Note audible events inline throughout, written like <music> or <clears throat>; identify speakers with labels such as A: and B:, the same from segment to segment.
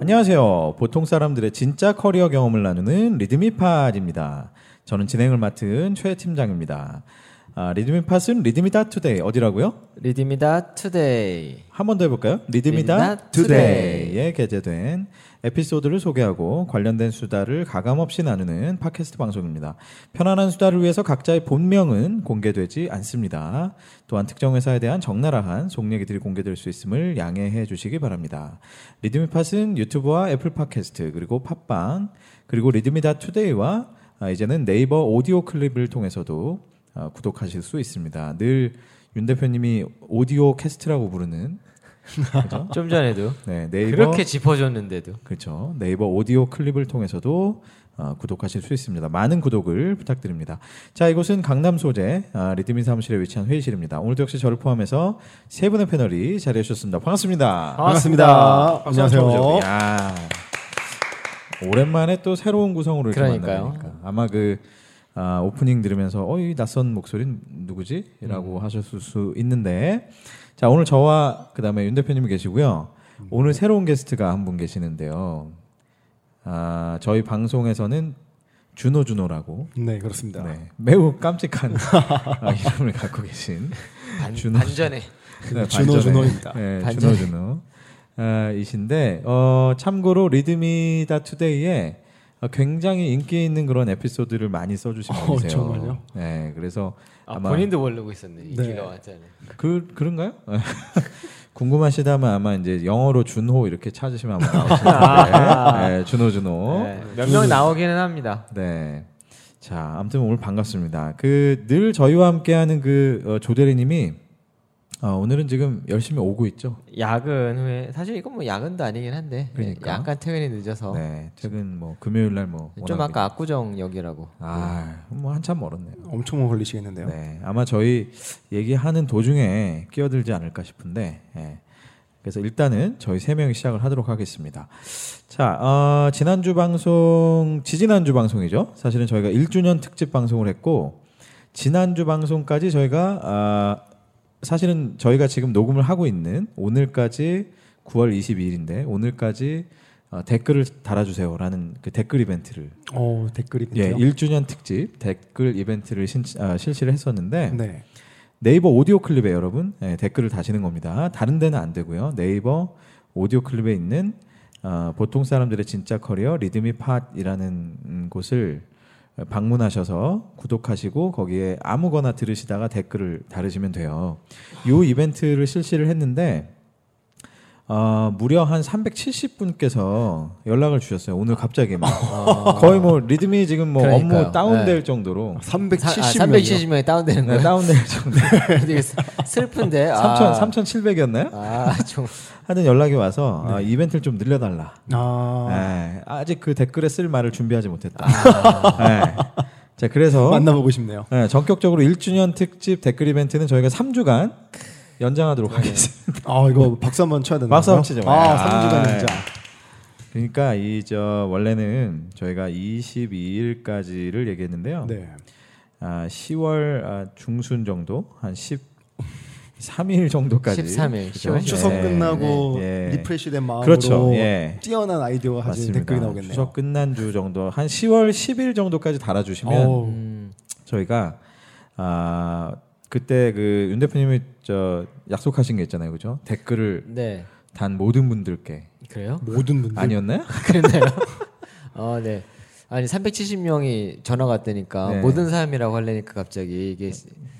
A: 안녕하세요. 보통 사람들의 진짜 커리어 경험을 나누는 리드미팟입니다. 저는 진행을 맡은 최 팀장입니다. 아, 리드미팟은 리드미다 투데이 어디라고요?
B: 리드미다 투데이.
A: 한 번 더 해볼까요? 리드미다
B: 리드미다
A: 투데이에 게재된 에피소드를 소개하고 관련된 수다를 가감없이 나누는 팟캐스트 방송입니다. 편안한 수다를 위해서 각자의 본명은 공개되지 않습니다. 또한 특정 회사에 대한 적나라한 속 얘기들이 공개될 수 있음을 양해해 주시기 바랍니다. 리드미팟은 유튜브와 애플 팟캐스트 그리고 팟빵 그리고 리드미다 투데이와 아, 이제는 네이버 오디오 클립을 통해서도 아, 구독하실 수 있습니다. 늘 윤 대표님이 오디오 캐스트라고 부르는 그죠?
B: 좀 전에도
A: 어? 네, 네이버
B: 그렇게 짚어줬는데도.
A: 그렇죠. 네이버 오디오 클립을 통해서도 어, 구독하실 수 있습니다. 많은 구독을 부탁드립니다. 자, 이곳은 강남 소재 아, 리드민 사무실에 위치한 회의실입니다. 오늘도 역시 저를 포함해서 세 분의 패널이 자리해 주셨습니다. 반갑습니다.
C: 반갑습니다.
A: 박수 한번
C: 안녕하세요.
A: 쳐보죠. 야. 오랜만에 또 새로운 구성으로 이렇게
B: 그러니까요.
A: 만나니까 아마 그 아, 오프닝 들으면서 어이 낯선 목소리는
B: 음.
A: 누구지?라고 하셨을 수 있는데 자 오늘 저와 그다음에 윤 대표님이 계시고요.
B: 음.
A: 오늘 새로운 게스트가 한 분 계시는데요. 아 저희 방송에서는 준호 준호라고
C: 네, 그렇습니다.
A: 네, 매우 깜찍한 <laughs> 아, 이름을 갖고 계신
B: 반,
A: 준호.
B: 반전에.
A: 네,
C: 준호
A: 반전에.
C: 준호입니다.
A: 네, 준호
B: 반전에.
A: 준호. 아, 이신데 어, 참고로 리드미다 투데이에 어, 굉장히 인기 있는 그런 에피소드를 많이 써주신
C: 어,
A: 분이세요.
C: 정말요?
A: 네, 그래서
B: 아,
A: 아마
B: 본인도 모르고 있었네. 이
C: 네.
B: 기가 왔잖아요.
A: 그 그런가요? <laughs> 궁금하시다면 아마 이제 영어로 준호 이렇게 찾으시면 아마 나오실
C: <laughs>
A: 텐데 네, 준호 준호.
B: 네, 몇명 나오기는 합니다.
A: 네. 자, 아무튼 오늘 반갑습니다. 그 늘 저희와 함께하는 그 어, 조대리님이 어, 오늘은 지금 열심히 오고 있죠.
B: 야근 후에 사실 이건 뭐 야근도 아니긴 한데
A: 그러니까.
B: 약간 퇴근이 늦어서
A: 네, 최근 뭐 금요일 날뭐
B: 좀 아까 압구정 역이라고.
A: 아, 뭐 한참 멀었네요.
C: 엄청 걸리시겠는데요.
A: 네, 아마 저희 얘기하는 도중에 끼어들지 않을까 싶은데, 예. 그래서 일단은 저희 세 명이 시작을 하도록 하겠습니다. 자, 어, 지난주 방송, 지지난주 방송이죠. 사실은 저희가 1주년 특집 방송을 했고, 지난주 방송까지 저희가, 아, 사실은 저희가 지금 녹음을 하고 있는 오늘까지 9월 22일인데, 오늘까지 어, 댓글을 달아주세요라는 그 댓글 이벤트를
C: 어, 댓글 이벤트요.
A: 예, 1주년 특집 댓글 이벤트를 신- 아, 실시를 했었는데
C: 네.
A: 네이버 오디오 클립에 여러분 예, 댓글을 다시는 겁니다. 다른 데는 안 되고요. 네이버 오디오 클립에 있는 아, 보통 사람들의 진짜 커리어 리드미 팟이라는 음, 곳을 어, 방문하셔서 구독하시고 거기에 아무거나 들으시다가 댓글을 달으시면 돼요. 요 이벤트를 실시를 했는데 아, 무려 한 370분께서 연락을 주셨어요. 오늘 갑자기 막 거의 뭐 리듬이 지금 뭐 업무
B: 어. 그러니까요.
A: 다운될
B: 네. <laughs>
A: 정도로
C: 370명.
B: 370명이 아, 다운되는
A: 네,
B: 거예요. <laughs>
A: 다운될 정도.
B: 되게 슬- 슬픈데. 아,
A: 3,700이었나요?
B: 아, 좀
A: 하여튼 연락이 와서 아, 이벤트를 좀 늘려달라.
C: 네. 아.
A: 예, 아직 그 댓글에 쓸 말을 준비하지 못했다. <laughs> 예. 자 그래서
C: 아. 만나보고 싶네요.
A: 예, 전격적으로 1주년 특집 댓글 이벤트는 저희가 3주간 연장하도록 하겠습니다.
C: 아, 이거 박수 한번
A: <laughs>
C: 쳐야 되나요?
A: 박수 한번 치죠.
C: 아,
A: 아,
C: 3주간
A: 예.
C: 진짜.
A: 그러니까 이 저 원래는 저희가 22일까지를 얘기했는데요.
C: 네.
A: 아, 10월 아, 중순 정도 한 13일 정도까지
B: 13일,
A: 그죠?
C: 추석
A: 예,
C: 끝나고
A: 예.
C: 리프레시된 마음으로
A: 그렇죠. 예.
C: 뛰어난 아이디어가 가진
A: 맞습니다.
C: 댓글이 나오겠네요.
A: 추석 끝난 주 정도 한 10월 10일 정도까지 달아주시면
C: 어우,
B: 음,
A: 저희가 아 그때 그 윤 대표님이 저 약속하신 게 있잖아요, 그죠? 댓글을
B: 네.
A: 단 모든 분들께
B: 그래요?
C: 모든 분들
A: 아니었나요?
B: 그랬나요? <laughs> 어, 네. 아니 370명이 전화가 왔다니까
A: 네.
B: 모든 사람이라고 하려니까 갑자기 이게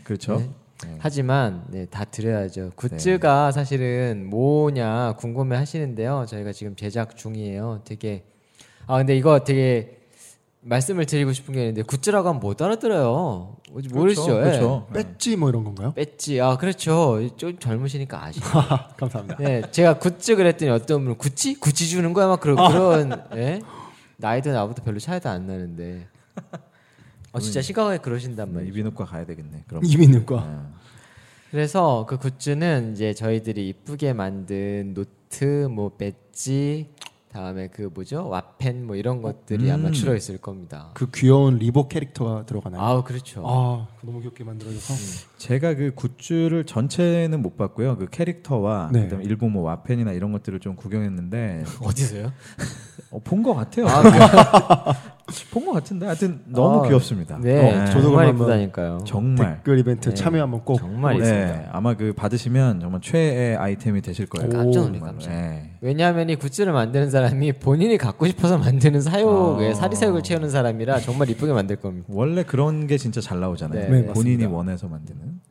A: 그렇죠.
B: 네. 하지만 네, 다 드려야죠. 굿즈가 사실은 뭐냐 궁금해 하시는데요. 저희가 지금 제작 중이에요. 되게 아 근데 이거 되게 말씀을 드리고 싶은 게 있는데 굿즈라고 하면 못 알아들어요. 뭔지 모르시죠?
A: 그렇죠. 그렇죠.
B: 예.
C: 배지 뭐 이런 건가요?
B: 배지 아 그렇죠. 좀 젊으시니까 아시죠.
C: 감사합니다.
B: 네, 제가 굿즈 그랬더니 어떤 분은 구찌? 구찌 주는 거야 막 그런 그런 예? 나이도 나보다 별로 차이도 안 나는데. 어 진짜 심각하게 그러신단
A: 네,
B: 말이에요.
A: 이비인후과 가야 되겠네. 그럼
C: 이민님과
B: 그래서 그 굿즈는 이제 저희들이 이쁘게 만든 노트, 뭐 배지, 다음에 그 뭐죠 와펜 뭐 이런 것들이 아마 줄어 있을 겁니다.
C: 그 귀여운 리보 캐릭터가 네. 들어가나요?
B: 아우 그렇죠.
C: 아, 그거 너무 귀엽게 만들어져서
A: 제가 그 굿즈를 전체는 못 봤고요. 그 캐릭터와
C: 네.
A: 그다음에 일본 뭐 와펜이나 이런 것들을 좀 구경했는데
B: 어디서요?
A: 본 것 같아요. <laughs> 본 것 같은데 하여튼 너무
B: 아,
A: 귀엽습니다.
B: 네,
A: 어,
C: 저도
B: 저도 정말
C: 그러면
B: 이쁘다니까요.
A: 정말 예.
C: 댓글 이벤트
B: 네.
C: 참여 한번 꼭.
B: 어, 정말 있습니다.
A: 네, 아마 그 받으시면 정말 최애 아이템이 되실 거예요.
B: 깜짝 놀래요,
A: 정말로.
B: 깜짝.
A: 네.
B: 왜냐하면 이 굿즈를 만드는 사람이 본인이 갖고 싶어서 만드는
A: 아.
B: 사욕에 사리사욕을 채우는 사람이라 정말 이쁘게 만들 겁니다.
A: 원래 그런 게 진짜 잘 나오잖아요.
C: 네, 네,
A: 본인이 원해서 만드는.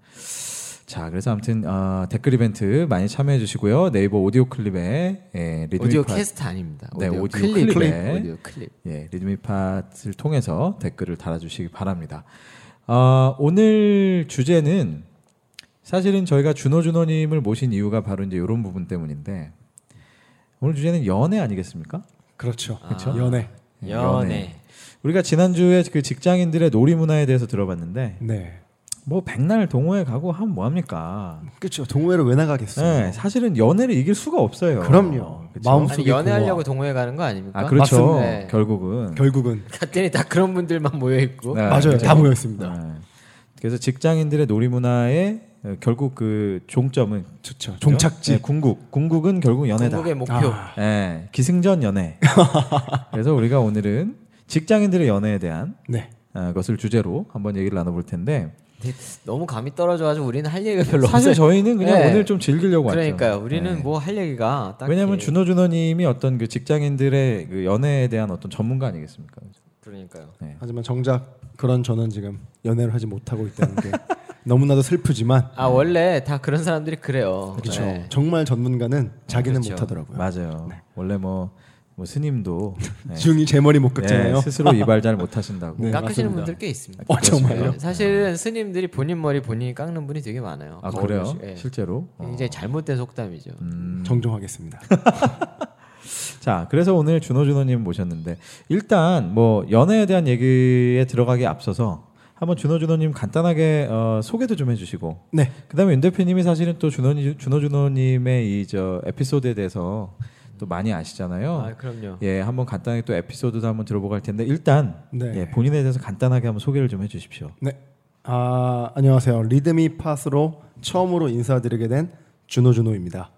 A: 자, 그래서 아무튼 아, 댓글 이벤트 많이 참여해 주시고요. 네이버 오디오 클립에 예, 리드미
B: 오디오
A: 팟-
B: 캐스트 아닙니다.
A: 네,
B: 오디오,
A: 오디오
B: 클립,
A: 클립에.
B: 오디오 클립.
A: 예, 리드미 팟을 통해서 댓글을 달아주시기 바랍니다. 아, 오늘 주제는 사실은 저희가 준호 준호님을 모신 이유가 바로 이제 이런 부분 때문인데 오늘 주제는 연애 아니겠습니까?
C: 그렇죠.
A: 아.
B: 그렇죠.
C: 연애.
A: 예. 네,
B: 연애.
A: 우리가 지난주에 그 직장인들의 놀이 문화에 대해서 들어봤는데
C: 네.
A: 뭐 백날 동호회 가고 하면 뭐 합니까?
C: 그렇죠. 동호회를 왜 나가겠어요?
A: 네, 사실은 연애를 이길 수가 없어요.
C: 그럼요.
A: 그쵸?
C: 마음-
B: 아니
C: 마음속에
B: 연애하려고
C: 공허함.
B: 동호회 가는 거 아닙니까?
A: 아 그렇죠.
C: 맞습니다.
B: 네.
A: 결국은
C: 결국은
B: 갔더니 다 그런 분들만 모여 있고.
A: 네,
C: 맞아요.
A: 그쵸?
C: 다 모였습니다.
A: 네. 그래서 직장인들의 놀이 문화의 어, 결국 그 종점은 그죠?
C: 좋죠. 아, 종착지.
A: 네, 궁극. 궁극은 결국 연애다.
B: 한국의 목표.
C: 아.
A: 네, 기승전
C: <laughs>
A: 연애. 그래서 우리가 오늘은 직장인들의 연애에 대한
C: 네.
A: 어, 것을 주제로 한번 얘기를 나눠볼 텐데
B: 너무 감이 떨어져가지고 우리는 할 얘기가 별로
A: 사실
B: 없어요.
A: 저희는 그냥
B: 네.
A: 오늘 좀 즐기려고
B: 그러니까요.
A: 왔죠. 네.
B: 우리는 뭐 할 얘기가 딱.
A: 왜냐하면 준호 준호님이 어떤 그 직장인들의 그 연애에 대한 어떤 전문가 아니겠습니까?
B: 그러니까요.
C: 하지만 정작 그런 저는 지금 연애를 하지 못하고 있다는 게 <laughs> 너무나도 슬프지만
B: 아 원래 다 그런 사람들이 그래요.
C: 그렇죠.
B: 네.
C: 정말 전문가는 자기는
B: 그렇죠.
C: 못하더라고요.
A: 맞아요.
C: 네.
A: 원래 뭐, 뭐
C: <laughs>
A: 스님도 네.
C: 지웅이 제 머리 못 깎잖아요.
A: 네, 스스로 이발 잘 못하신다고.
C: 네,
B: 깎으시는
C: 맞습니다.
B: 분들 꽤 있습니다.
C: 어, 정말요?
B: 네, 사실은 스님들이 본인 머리 본인이 깎는 분이 되게 많아요.
A: 아 그래요?
B: 거울을- 예.
A: 실제로? 어.
C: 아.
B: 굉장히 잘못된 속담이죠.
C: 음. 정정하겠습니다. <laughs>
A: 자, 그래서 오늘 준호 준호님 모셨는데 일단 뭐 연애에 대한 얘기에 들어가기 앞서서 한번 준호 준호님 간단하게 어, 소개도 좀 해주시고
C: 네.
A: 그다음에 윤 대표님이 사실은 또 준호 준호 준호님의 이 저 에피소드에 대해서 또 많이 아시잖아요.
B: 아 그럼요.
A: 예, 한번 간단하게 또 에피소드도 한번 들어보고 할 텐데 일단
C: 그렇죠. 네.
A: 예, 본인에 대해서 간단하게 한번 소개를 좀 해주십시오.
C: 네. 아, 안녕하세요. 리드미 팟으로 처음으로 인사드리게 된 준호 준호입니다.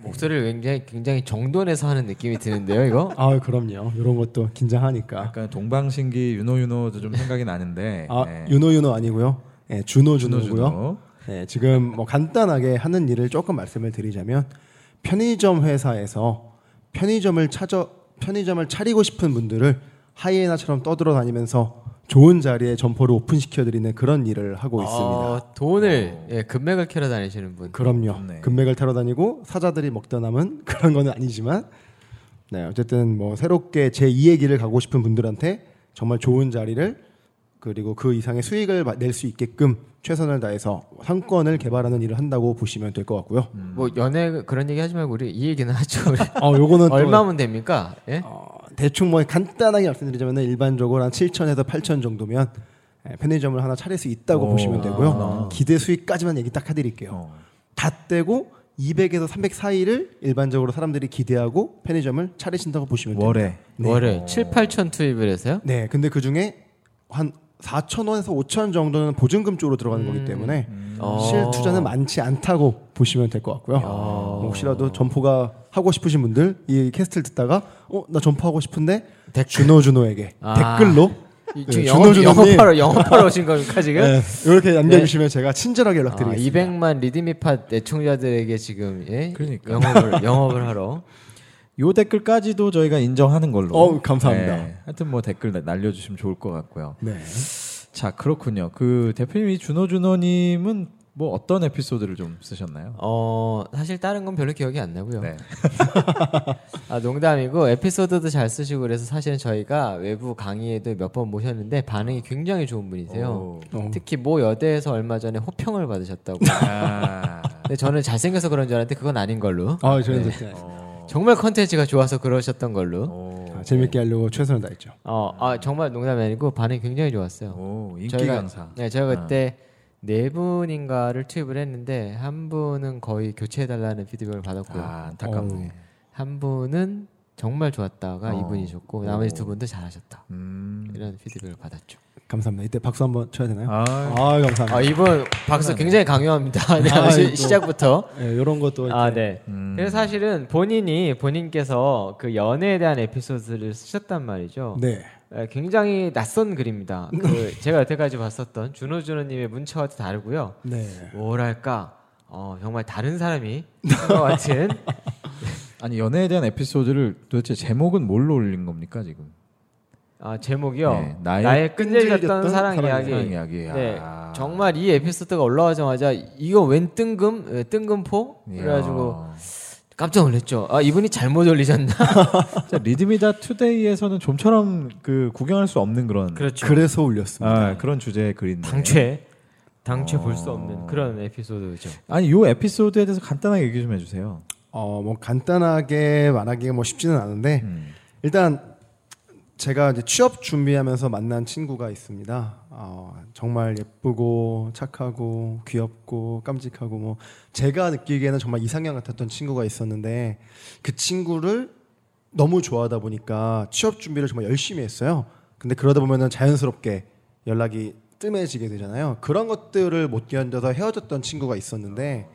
B: 목소리를 굉장히 굉장히 정돈해서 하는 느낌이 드는데요, 이거.
C: 아, 그럼요. 이런 것도 긴장하니까.
A: 약간 동방신기 윤호 윤호도 좀 생각이 나는데
C: 아,
A: 예,
C: 윤호 윤호 아니고요. 예, 준호
A: 준호
C: 준호고요.
A: 준호.
C: 네, 지금 뭐 간단하게 하는 일을 조금 말씀을 드리자면 편의점 회사에서 편의점을 찾아 편의점을 차리고 싶은 분들을 하이에나처럼 떠들어 다니면서 좋은 자리에 점포를 오픈시켜 드리는 그런 일을 하고 있습니다. 어.
B: 아, 돈을 예, 금맥을 캐러 다니시는 분.
C: 그럼요.
A: 좋네.
C: 금맥을 타러 다니고 사자들이 먹다 남은 <laughs> 그런 건 아니지만 네, 어쨌든 뭐 새롭게 제 2의 길을 가고 싶은 분들한테 정말 좋은 자리를 그리고 그 이상의 수익을 낼 수 있게끔 최선을 다해서 상권을 개발하는 일을 한다고 보시면 될 것 같고요.
B: 뭐 연애 그런 얘기 하지 말고 우리 이 얘기는 하죠.
C: <laughs>
B: 우리.
C: 어, 요거는 또
B: 얼마면 됩니까?
A: 네.
B: 예?
C: 어, 대충 뭐 간단하게 말씀드리자면 일반적으로 한 7천에서 8천 정도면 예, 편의점을 하나 차릴 수 있다고
A: 오,
C: 보시면 되고요.
A: 어. 아.
C: 기대 수익까지만 얘기 딱 해드릴게요.
A: 어.
C: 다 떼고 200에서 300 사이를 일반적으로 사람들이 기대하고 편의점을 차리신다고 보시면 돼요.
A: 월에
C: 네.
B: 월에 7, 8천 투입을 해서요?
C: 네, 근데 그 중에 한 4천 원에서 5천 정도는 보증금 쪽으로 들어가는
B: 음,
C: 거기 때문에
B: 어.
C: 실 투자는 많지 않다고 보시면 될 것 같고요. 뭐 혹시라도 점포가 하고 싶으신 분들 이 캐스트를 듣다가 어 나 점포 하고 싶은데
B: 댓글.
C: 준호 준호에게
B: 아.
C: 댓글로
B: 이-
C: 네,
B: 지금 영업,
C: 준호 준호님
B: 영업하러 영업하러 오신 겁니까 지금?
C: 네, 이렇게 남겨주시면 제가 친절하게 연락드리겠습니다.
B: 아, 200만 리드미팟 애청자들에게 지금 예?
A: 그러니까.
B: 영업을 영업을 하러
A: 요 댓글까지도 저희가 인정하는 걸로.
C: 어우, 감사합니다.
A: 하여튼 뭐 댓글 나- 날려주시면 좋을 것 같고요.
C: 네.
A: 자 그렇군요. 그 대표님이 준호 준호님은 뭐 어떤 에피소드를 좀 쓰셨나요?
B: 어 사실 다른 건 별로 기억이 안 나고요.
C: 그렇죠.
A: 네.
B: 아 농담이고 에피소드도 잘 쓰시고 그래서 사실은 저희가 외부 강의에도 몇 번 모셨는데 반응이 굉장히 좋은 분이세요.
A: 오.
C: 어.
B: 특히 모 여대에서 얼마 전에 호평을
A: <laughs>
B: 받으셨다고.
A: 아,
B: 근데 저는 잘생겨서 그런 줄 알았는데 그건 아닌 어. 걸로.
C: 아, 저는 네.
A: 어.
B: 정말 컨텐츠가 좋아서 그러셨던 걸로.
A: 오,
C: 아, 재밌게 하려고 최선을 다했죠.
B: 어, 아 정말 농담이 아니고 반응이 굉장히 좋았어요.
A: 오, 인기
B: 저희가-
A: 강사.
B: 네, 제가 그때 네 분인가를 투입을 했는데 한 분은 거의 교체해 달라는 피드백을 받았고요.
A: 아 안타깝네.
B: 한 분은 정말 좋았다가
A: 어.
B: 이분이셨고 나머지 두 분도 잘하셨다
A: 음.
B: 이런 피드백을 받았죠.
C: 감사합니다. 이때 박수 한번 쳐야 되나요?
A: 아,
C: 아, 감사합니다.
B: 아 이분 박수 굉장히 강요합니다. <laughs> 네,
C: 아,
B: 시,
C: 또.
B: 시작부터.
C: 예, 이런 것도
B: 아
C: 이렇게
B: 네.
A: 음.
B: 그래서 사실은 본인이 본인께서 그 연애에 대한 에피소드를 쓰셨단 말이죠.
C: 네.
B: 네, 굉장히 낯선 글입니다. 그 제가 여태까지 봤었던 준호준호님의 문체와도 다르고요.
C: 네.
B: 뭐랄까 어, 정말 다른 사람이 한것 같은
A: 아니 연애에 대한 에피소드를 도대체 제목은 뭘로 올린 겁니까 지금?
B: 아, 제목이요.
A: 네, 나의
B: 나의, 끈질겼던
C: 끈질겼던
B: 사랑,
C: 사랑
B: 이야기.
A: 사랑 이야기.
B: 네,
A: 아.
B: 정말 이 에피소드가 올라오자마자 이거 웬 뜬금 에, 뜬금포 그래가지고
A: 이야.
B: 깜짝 놀랐죠. 아 이분이 잘못 올리셨나?
A: 진짜 리드미다 투데이에서는 좀처럼 그 구경할 수 없는 그런
B: <laughs> 그렇죠. 네.
C: 그래서 올렸습니다.
A: 아, 그런 주제의 글인데.
B: 당최 당최 볼 수
A: 어.
B: 없는 그런 에피소드죠.
A: 아니 요 에피소드에 대해서 간단하게 얘기 좀 해주세요.
C: 어, 뭐 간단하게 말하기가 뭐 쉽지는 않은데
A: 음.
C: 일단 제가 이제 취업 준비하면서 만난 친구가 있습니다. 어, 정말 예쁘고 착하고 귀엽고 깜찍하고 뭐 제가 느끼기에는 정말 이상형 같았던 친구가 있었는데 그 친구를 너무 좋아하다 보니까 취업 준비를 정말 열심히 했어요. 근데 그러다 보면은 자연스럽게 연락이 뜸해지게 되잖아요. 그런 것들을 못 견뎌서 헤어졌던 친구가 있었는데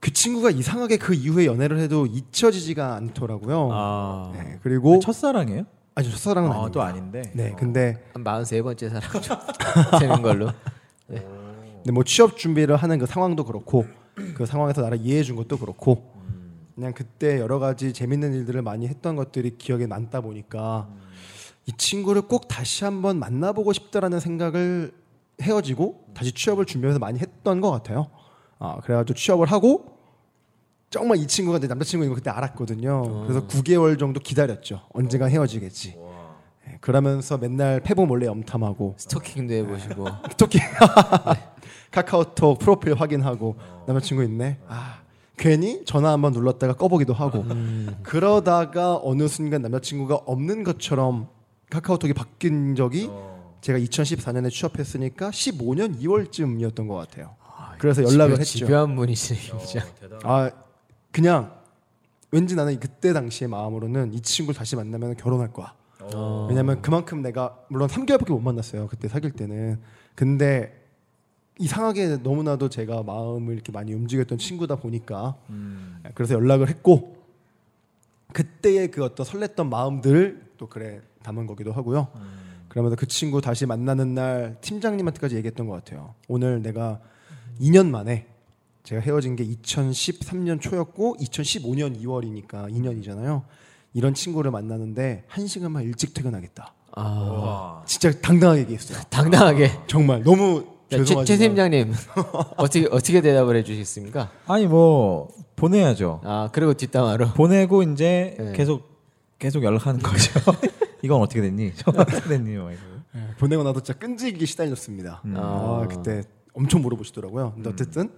C: 그 친구가 이상하게 그 이후에 연애를 해도 잊혀지지가 않더라고요.
B: 아
C: 네, 그리고
A: 첫사랑이에요?
C: 아니 첫사랑은
A: 어. 그렇죠. 아,
C: 아니에요.
A: 또 아닌데.
C: 네, 근데,
B: 43번째 사랑 좀 <laughs> 되는 걸로.
C: 근데 뭐 취업 준비를 하는 그 상황도 그렇고 그 상황에서 나를 이해해 준 것도 그렇고 그냥 그때 여러 가지 재밌는 일들을 많이 했던 것들이 기억에 남다 보니까 이 친구를 꼭 다시 한번 만나보고 싶다라는 생각을 헤어지고 다시 취업을 준비해서 많이 했던 것 같아요. 아 그래가지고 취업을 하고 정말 이 친구가 내 남자친구인 걸 그때 알았거든요. 그래서 9개월 정도 기다렸죠. 언젠가 헤어지겠지. 예, 그러면서 맨날 페북 몰래 염탐하고
B: 스토킹도 해보시고
C: 특히 <laughs> 카카오톡 프로필 확인하고 남자친구 있네. 아 괜히 전화 한번 눌렀다가 꺼보기도 하고 그러다가 어느 순간 남자친구가 없는 것처럼 카카오톡이 바뀐 적이 제가 2014년에 취업했으니까 15년 2월쯤이었던 것 같아요. 그래서 연락을
B: 집요-
C: 했죠.
B: 집요한 분이시네 진짜.
C: 아 그냥 왠지 나는 그때 당시의 마음으로는 이 친구를 다시 만나면 결혼할 거야.
B: 어.
C: 왜냐면 그만큼 내가 물론 3개월밖에 못 만났어요. 그때 사귈 때는. 근데 이상하게 너무나도 제가 마음을 이렇게 많이 움직였던 친구다 보니까 그래서 연락을 했고 그때의 그 어떤 설렜던 마음들을 또 그래 담은 거기도 하고요. 그러면서 그 친구 다시 만나는 날 팀장님한테까지 얘기했던 것 같아요. 오늘 내가 2년 만에 제가 헤어진 게 2013년 초였고 2015년 2월이니까 2년이잖아요. 이런 친구를 만나는데 한 시간만 일찍 퇴근하겠다.
B: 아
A: 와.
C: 진짜 당당하게 얘기했어요.
B: 당당하게. <laughs>
C: 정말 너무
B: 자, 최, 최
C: 죄송하지만
B: 팀장님 어떻게 어떻게 대답을 해주시겠습니까?
A: 아니 뭐 보내야죠.
B: 아 그리고 뒷담화로
A: 보내고 이제
B: 네.
A: 계속 계속 연락하는 거죠. <laughs> 이건 어떻게 됐니? <laughs> 저 어떻게 됐니? 막 이러고.
C: 예, 보내고 나도 진짜 끈질기게 시달렸습니다. 아,
B: 아. 음.
C: 그때 엄청 물어보시더라고요. 근데 어쨌든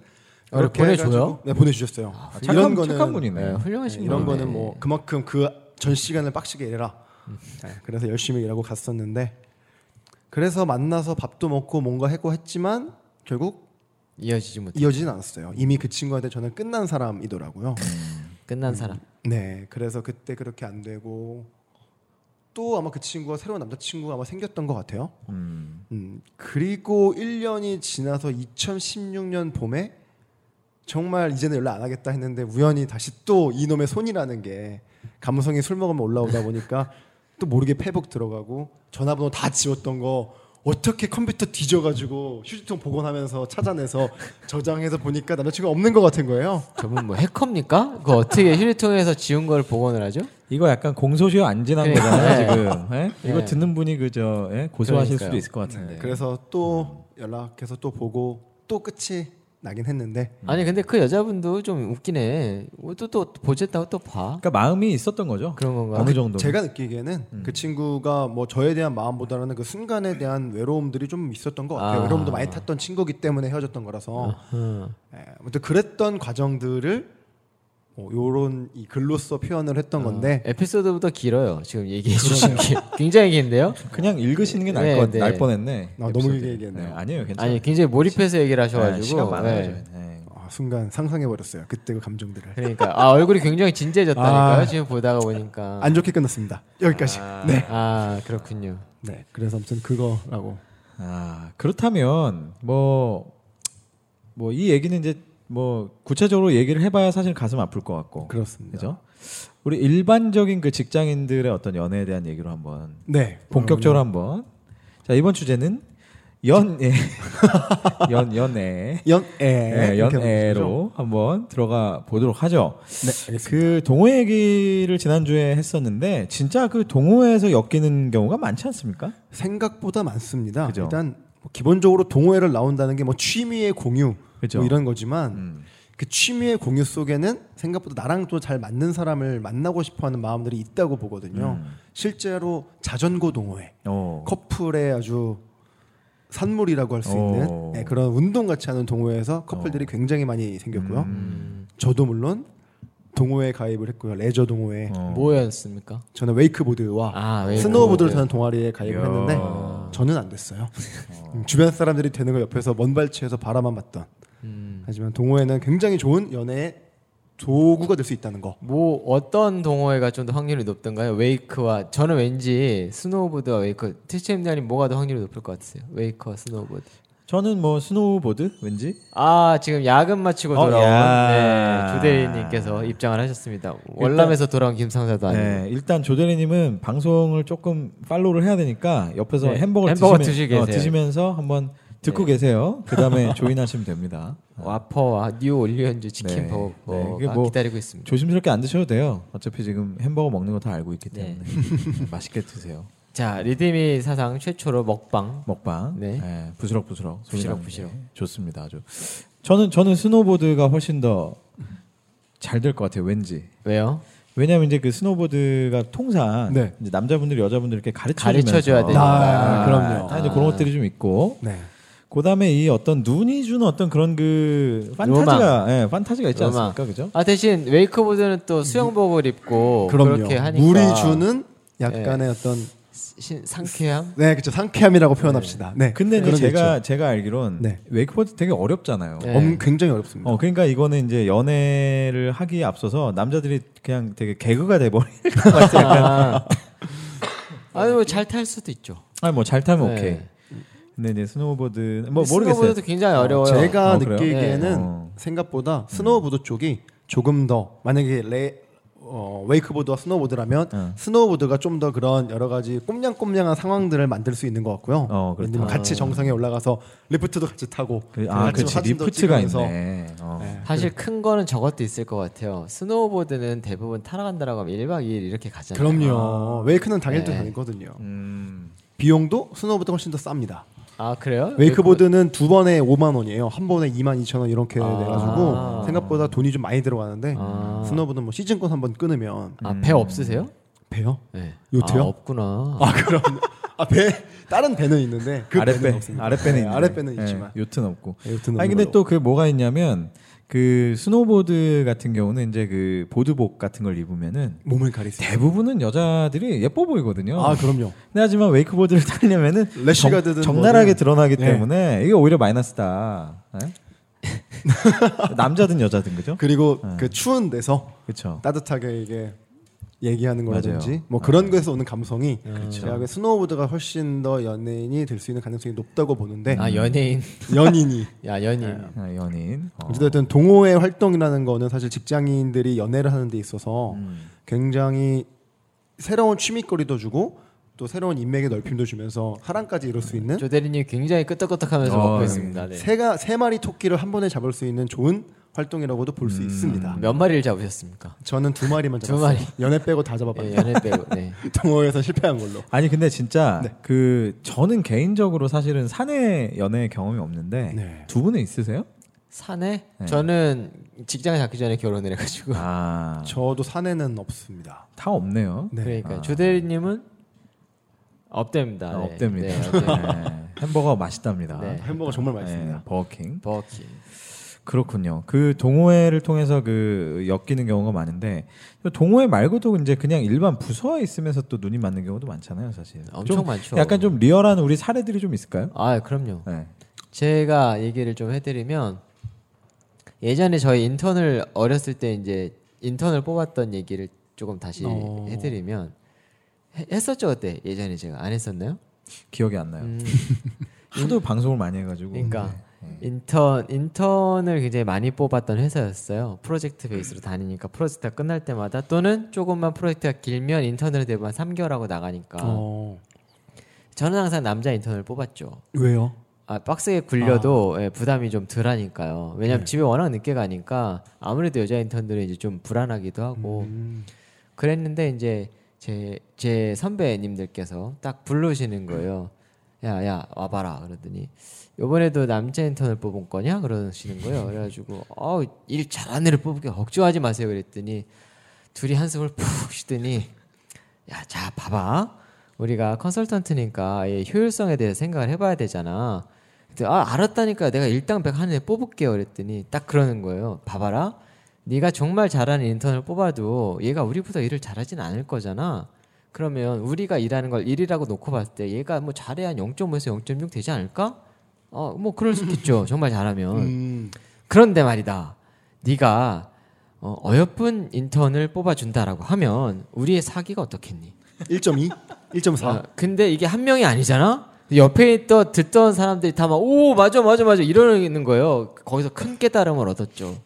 B: 아, 그래,
C: 이렇게
B: 보내줘요? 아,
C: 해가지고- 네, 보내주셨어요.
A: 아, 착한, 착한 분이네.
B: 네,
A: 요
B: 훌륭하신
C: 네, 이런
B: 분이네. 음.
C: 거는 뭐 그만큼 그 전 시간을 빡시게 일해라. 네, 그래서 열심히 일하고 갔었는데 그래서 만나서 밥도 먹고 뭔가 했고 했지만 결국
B: 이어지지 못
C: 이어지진 않았어요. 이미 그 친구한테 저는 끝난 사람이더라고요.
B: 끝난 사람.
C: 네, 그래서 그때 그렇게 안 되고 또 아마 그 친구가 새로운 남자친구가 아마 생겼던 것 같아요.
A: 음.
C: 음, 그리고 1년이 지나서 2016년 봄에 정말 이제는 연락 안 하겠다 했는데 우연히 다시 또 이놈의 손이라는 게 감성이 술 먹으면 올라오다 보니까 또 모르게 페북 들어가고 전화번호 다 지웠던 거 어떻게 컴퓨터 뒤져가지고 휴지통 복원하면서 찾아내서 저장해서 보니까 남자친구가 없는 것 같은 거예요.
B: 저분 뭐 해커입니까? 그거 어떻게 휴대통에서 지운 걸 복원을 하죠?
A: 이거 약간 공소시효 안 지난
B: 네.
A: 거잖아요 지금. 예? 이거
B: 네.
A: 듣는 분이 그저 예? 고소하실
B: 그러니까요.
A: 수도 있을 것
C: 네,
A: 같은데.
C: 그래서 또 연락해서 또 보고 또 끝이 나긴 했는데
B: 아니 근데 그 여자분도 좀 웃기네. 뭐 또 또 보셨다고 또 봐.
A: 그러니까 마음이 있었던 거죠.
B: 그런 건가?
A: 어느 정도.
C: 제가 느끼기에는 그 친구가 뭐 저에 대한 마음보다는 그 순간에 대한 외로움들이 좀 있었던 것 같아요.
B: 아.
C: 외로움도 많이 탔던 친구기 때문에 헤어졌던 거라서
B: 음.
C: 예, 아무튼 그랬던 과정들을 뭐 요런 이 글로써 표현을 했던 건데
B: 에피소드보다 길어요. 지금 얘기해 주신 게 굉장히 긴데요.
A: 그냥 읽으시는 게 나을
B: 네,
A: 것,
B: 네.
A: 날 뻔했네.
C: 아, 너무
A: 에피소드를.
C: 길게 얘기했네요.
A: 네, 아니에요, 괜찮아요.
B: 아니 굉장히 몰입해서 얘기를 하셔가지고
A: 네, 시간 많아요.
B: 네.
A: 저희. 네.
C: 아, 순간 상상해 버렸어요. 그때 그 감정들을
B: 그러니까 아 얼굴이 굉장히 진지해졌다니까요.
C: 아.
B: 지금 보다가 보니까
C: 안 좋게 끝났습니다. 여기까지.
B: 아,
C: 네.
B: 아 그렇군요.
C: 네. 그래서 아무튼 그거라고.
A: 아 그렇다면 뭐 뭐 이 얘기는 이제 뭐 구체적으로 얘기를 해봐야 사실 가슴 아플 것 같고
C: 그렇습니다.
A: 그죠? 우리 일반적인 그 직장인들의 어떤 연애에 대한 얘기로 한번
C: 네.
A: 본격적으로 한번 자 이번 주제는
C: <laughs>
A: 연애 예. 연 연애
C: 연애.
A: 네,
C: 이렇게 하는 거죠?
A: 연애로 한번 들어가 보도록 하죠.
C: 네. 알겠습니다.
A: 그 동호 얘기를 지난주에 했었는데 진짜 그 동호회에서 엮이는 경우가 많지 않습니까?
C: 생각보다 많습니다.
A: 그죠.
C: 일단 뭐 기본적으로 동호회를 나온다는 게 뭐 취미의 공유
A: 그죠.
C: 뭐 이런 거지만
A: 음.
C: 그 취미의 공유 속에는 생각보다 나랑 또 잘 맞는 사람을 만나고 싶어하는 마음들이 있다고 보거든요.
A: 음.
C: 실제로 자전거 동호회
A: 어.
C: 커플의 아주 산물이라고 할 수
A: 어.
C: 있는 네, 그런 운동 같이 하는 동호회에서 커플들이
A: 어.
C: 굉장히 많이 생겼고요.
B: 음,
C: 저도 물론 동호회 가입을 했고요. 레저 동호회.
A: 어.
B: 뭐였습니까?
C: 저는 웨이크보드와
B: 아 웨이크보드.
C: 스노우보드를 타는 동아리에 가입을
A: 이야.
C: 했는데 저는 안 됐어요. 음, <laughs> 주변 사람들이 되는 걸 옆에서 먼발치에서 바라만 봤던.
B: 음.
C: 하지만 동호회는 굉장히 좋은 연애의 도구가 될 수 있다는 거.
B: 뭐 어떤 동호회가 좀 더 확률이 높던가요? 웨이크와 저는 왠지 스노우보드와 웨이크 티치엠님 뭐가 더 확률이 높을 것 같으세요? 웨이크와 스노우보드.
A: 저는 뭐 스노우보드 왠지
B: 아 지금 야근 마치고
A: 어,
B: 돌아온
A: 야.
B: 네, 조대리님께서 입장을 하셨습니다. 월남에서 돌아온 김상사도 아니고
A: 네, 일단 조대리님은 방송을 조금 팔로우를 해야 되니까 옆에서
B: 네,
A: 햄버거를
B: 햄버거
A: 드시면,
B: 드시고
A: 어,
B: 계세요. 네.
A: 드시면서 한번 듣고 계세요. 그 다음에 <laughs> 조인하시면 됩니다.
B: 와퍼와 뉴 올리언즈 치킨
A: 네,
B: 버거가 아,
A: 네, 이게 뭐
B: 기다리고 있습니다.
A: 조심스럽게 안 드셔도 돼요. 어차피 지금 햄버거 먹는 거 다 알고 있기
B: 네.
A: 때문에 <laughs> 맛있게 드세요.
B: 자 리드미 사상 최초로 먹방.
A: 먹방.
B: 네.
A: 예, 부스럭부스럭. 소리
B: 부스럭
A: 나는
B: 부스럭.
A: 게 좋습니다. 아주. 저는 저는 스노보드가 훨씬 더 잘 될 것 같아요. 왠지.
B: 왜요?
A: 왜냐면 이제 그 스노보드가 통상
C: 네.
A: 이제 남자분들 여자분들 이렇게 가르쳐
B: 가르쳐줘야 되니까.
C: 아, 그럼요.
A: 이제 그런 것들이 좀 있고
C: 네.
A: 그다음에 이 어떤 눈이 주는 어떤 그런 그 판타지가 예, 판타지가 있지
B: 로망.
A: 않습니까? 그죠?
B: 아 대신 웨이크보드는 또 수영복을 입고
C: 그럼요.
B: 뭐 그렇게 하니까 네.
C: 물이 주는 약간의 어떤
B: 신- 상쾌함.
C: 네, 그렇죠. 상쾌함이라고 표현합시다. 네.
A: 근데 이제
C: 그런 게
A: 제가
C: 있죠.
A: 제가 알기론
C: 네.
A: 웨이크보드 되게 어렵잖아요.
B: 네.
C: 엄- 굉장히 어렵습니다.
A: 어 그러니까 이거는 이제 연애를 하기에 앞서서 남자들이 그냥 되게 개그가 돼버린 <laughs>
B: 아. 아니 뭐잘 탈 수도 있죠.
A: 아니 뭐 잘 타면
B: 네.
A: 오케이. 근데 이제 스노우보드 뭐 모르겠어요.
B: 스노보드도 굉장히 어려워요.
C: 제가
A: 어, 그래요?
C: 느끼기에는
A: 네. 어.
C: 생각보다 스노우보드 쪽이 조금 더 만약에 레 어, 웨이크보드와 스노우보드라면
A: 어.
C: 스노우보드가 좀 더 그런 여러 가지 꼼냥꼼냥한 상황들을 만들 수 있는 것 같고요.
A: 어, 그렇다.
C: 왜냐면 같이 정상에 올라가서 리프트도 같이 타고
A: 그- 아
C: 같이
A: 그렇지
C: 사진도
A: 리프트가
C: 찍으면서.
A: 있네. 어.
C: 네.
B: 사실 큰 거는 저것도 있을 것 같아요. 스노우보드는 대부분 타러 간다라고 하면 1박 2일 이렇게 가잖아요.
C: 그럼요. 웨이크는 당일도
B: 네.
C: 다니거든요.
A: 음,
C: 비용도 스노우보드가 훨씬 더 쌉니다.
B: 아
A: 네,
B: 그래요?
C: 웨이크보드는 두 번에 5만 원이에요. 한 번에 2만 2천 원 이렇게
B: 아.
C: 내가지고 생각보다 돈이 좀 많이 들어가는데
B: 아.
C: 스노우보드는 뭐 시즌권 한 번 끊으면
A: 음.
B: 아배 없으세요?
C: 배요?
B: 네.
C: 음. 요트요?
B: 아, 없구나.
C: 아 그럼 아배 다른 배는 있는데 그 배는
A: 아랫배
C: 없습니다.
A: 아랫배는
C: 네,
A: 있는데.
C: 아랫배는
A: 네,
C: 있지만
A: 요트는 없고.
C: 요트는
A: 아니 근데
C: 없는
A: 또 그 뭐가 있냐면 그 스노보드 같은 경우는 이제 그 보드복 같은 걸 입으면은
C: 몸을 가리세요.
A: 대부분은 여자들이 예뻐 보이거든요.
C: 아 그럼요.
A: 근데 하지만 웨이크보드를 타려면은
C: 래쉬가
A: 정,
C: 되든
A: 적나라하게
C: 뭐든.
A: 드러나기
C: 네.
A: 때문에 이게 오히려 마이너스다.
C: <laughs>
A: 네? 남자든 여자든 그죠?
C: 그리고
A: 네.
C: 그 추운 데서
A: 그렇죠.
C: 따뜻하게 이게 얘기하는
A: 맞아요.
C: 거라든지 뭐
A: 아.
C: 그런 거에서 오는 감성이
A: 그렇죠.
C: 제가 보기엔 스노우보드가 훨씬 더 연예인이 될 수 있는 가능성이 높다고 보는데
B: 아 연예인.
C: 연인이
B: 야 연예인.
C: 네.
A: 아, 연인. 어.
C: 어쨌든 동호회 활동이라는 거는 사실 직장인들이 연애를 하는 데 있어서
A: 음.
C: 굉장히 새로운 취미거리도 주고 또 새로운 인맥의 넓힘도 주면서 사랑까지 이룰 수 있는
B: 조대리님 굉장히 끄떡끄떡하면서
A: 어,
B: 먹고
A: 네.
B: 있습니다. 네.
C: 새가 네. 세 마리 토끼를 한 번에 잡을 수 있는 좋은 활동이라고도 볼 수 있습니다.
B: 몇 마리를 잡으셨습니까?
C: 저는 두 마리만
B: 음. 두
C: 잡았어요.
B: 마리.
C: 연애 빼고 다
B: 예,
C: 잡아봤어요.
B: 연애 빼고. 네.
C: 동호회에서 실패한 걸로.
A: 아니 근데 진짜
C: 네.
A: 그 저는 개인적으로 사실은 사내 연애 경험이 없는데
C: 네.
A: 두 분은 있으세요?
B: 산에
A: 네.
B: 저는 직장에 잡기 전에 결혼을 해가지고.
A: 아,
C: 저도 사내는 없습니다.
A: 다 없네요.
C: 네.
B: 그러니까
A: 아.
B: 조대리님은 업됩니다.
A: 아,
B: 네.
A: 없답니다.
B: <laughs> 네, 업됩니다.
A: <laughs> 네, 햄버거 맛있답니다.
B: 네.
C: 햄버거 정말 맛있습니다.
A: 네, 버거킹.
B: 버킷.
A: 그렇군요. 그 동호회를 통해서 그 엮이는 경우가 많은데 또 동호회 말고도 이제 그냥 일반 부서에 있으면서 또 눈이 맞는 경우도 많잖아요, 사실.
B: 엄청
A: 좀
B: 많죠.
A: 약간 좀 리얼한 우리 사례들이 좀 있을까요?
B: 아 그럼요.
A: 네.
B: 제가 얘기를 좀 해드리면 예전에 저희 인턴을 어렸을 때 이제 인턴을 뽑았던 얘기를 조금 다시
C: 어.
B: 해드리면 해- 했었죠 그때 예전에 제가 안 했었나요?
A: 기억이 안 나요.
B: 음,
A: 하도 방송을 많이 해가지고.
B: 그러니까
A: 네.
B: 인턴 인턴을 굉장히 많이 뽑았던 회사였어요. 프로젝트 베이스로 다니니까 프로젝트가 끝날 때마다 또는 조금만 프로젝트가 길면 인턴을 대부분 3개월하고 나가니까
C: 어.
B: 저는 항상 남자 인턴을 뽑았죠.
C: 왜요?
B: 아, 빡세게 굴려도 예, 부담이 좀 덜하니까요. 왜냐면 집에 워낙 늦게 가니까 아무래도 여자 인턴들은 이제 좀 불안하기도 하고
C: 음.
B: 그랬는데 이제 제, 제 선배님들께서 딱 부르시는 거예요. 야, 야, 와봐라. 그러더니, 요번에도 남자 인턴을 뽑은 거냐? 그러시는 거예요. 그래가지고, 어, 일 잘하는 애를 뽑을게. 걱정하지 마세요. 그랬더니, 둘이 한숨을 푹 쉬더니, 야, 자, 봐봐. 우리가 컨설턴트니까 이 효율성에 대해서 생각을 해봐야 되잖아. 그때 아, 알았다니까 내가 일당백 하는 애 뽑을게요. 그랬더니 딱 그러는 거예요. 봐봐라. 네가 정말 잘하는 인턴을 뽑아도 얘가 우리보다 일을 잘하진 않을 거잖아. 그러면 우리가 일하는 걸 일이라고 놓고 봤을 때 얘가 뭐 잘해야 한 0.5에서 0.6 되지 않을까? 어, 뭐 그럴 수 있죠. 정말 잘하면.
C: 음.
B: 그런데 말이다. 네가 어, 어여쁜 인턴을 뽑아준다라고 하면 우리의 사기가 어떻겠니?
C: 1.2, 1.4.
B: 아, 근데 이게 한 명이 아니잖아. 옆에 있던 듣던 사람들이 다 막 오 맞아 맞아 맞아 이러는 거예요. 거기서 큰 깨달음을 얻었죠.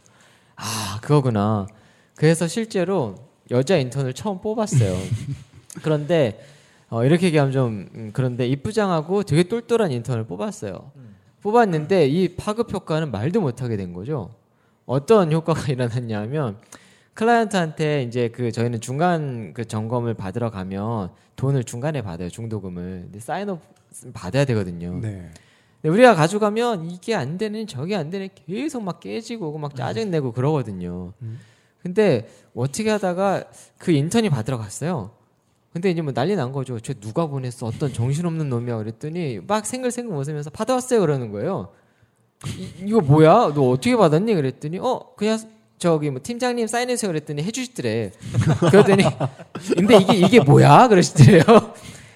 B: 아 그거구나. 그래서 실제로 여자 인턴을 처음 뽑았어요. 그런데 어, 이렇게 얘기하면 좀 음, 그런데 이쁘장하고 되게 똘똘한 인턴을 뽑았어요. 뽑았는데 이 파급 효과는 말도 못하게 된 거죠. 어떤 효과가 <laughs> 일어났냐면 클라이언트한테 이제 그 저희는 중간 그 점검을 받으러 가면 돈을 중간에 받아요 중도금을 근데 사인업 받아야 되거든요.
C: 네.
B: 근데 우리가 가져가면 이게 안 되는 저게 안 되는 계속 막 깨지고 막 짜증 내고 그러거든요. 근데 어떻게 하다가 그 인턴이 받으러 갔어요. 근데 이제 뭐 난리 난 거죠. 쟤 누가 보냈어? 어떤 정신없는 놈이야. 그랬더니 막 생글생글 웃으면서 받아왔어요. 그러는 거예요. 이, 거 뭐야? 너 어떻게 받았니? 그랬더니 어 그냥 저기 뭐 팀장님 사인해주세요. 그랬더니 해주시더래. 그러더니 근데 이게 이게 뭐야? 그러시더래요.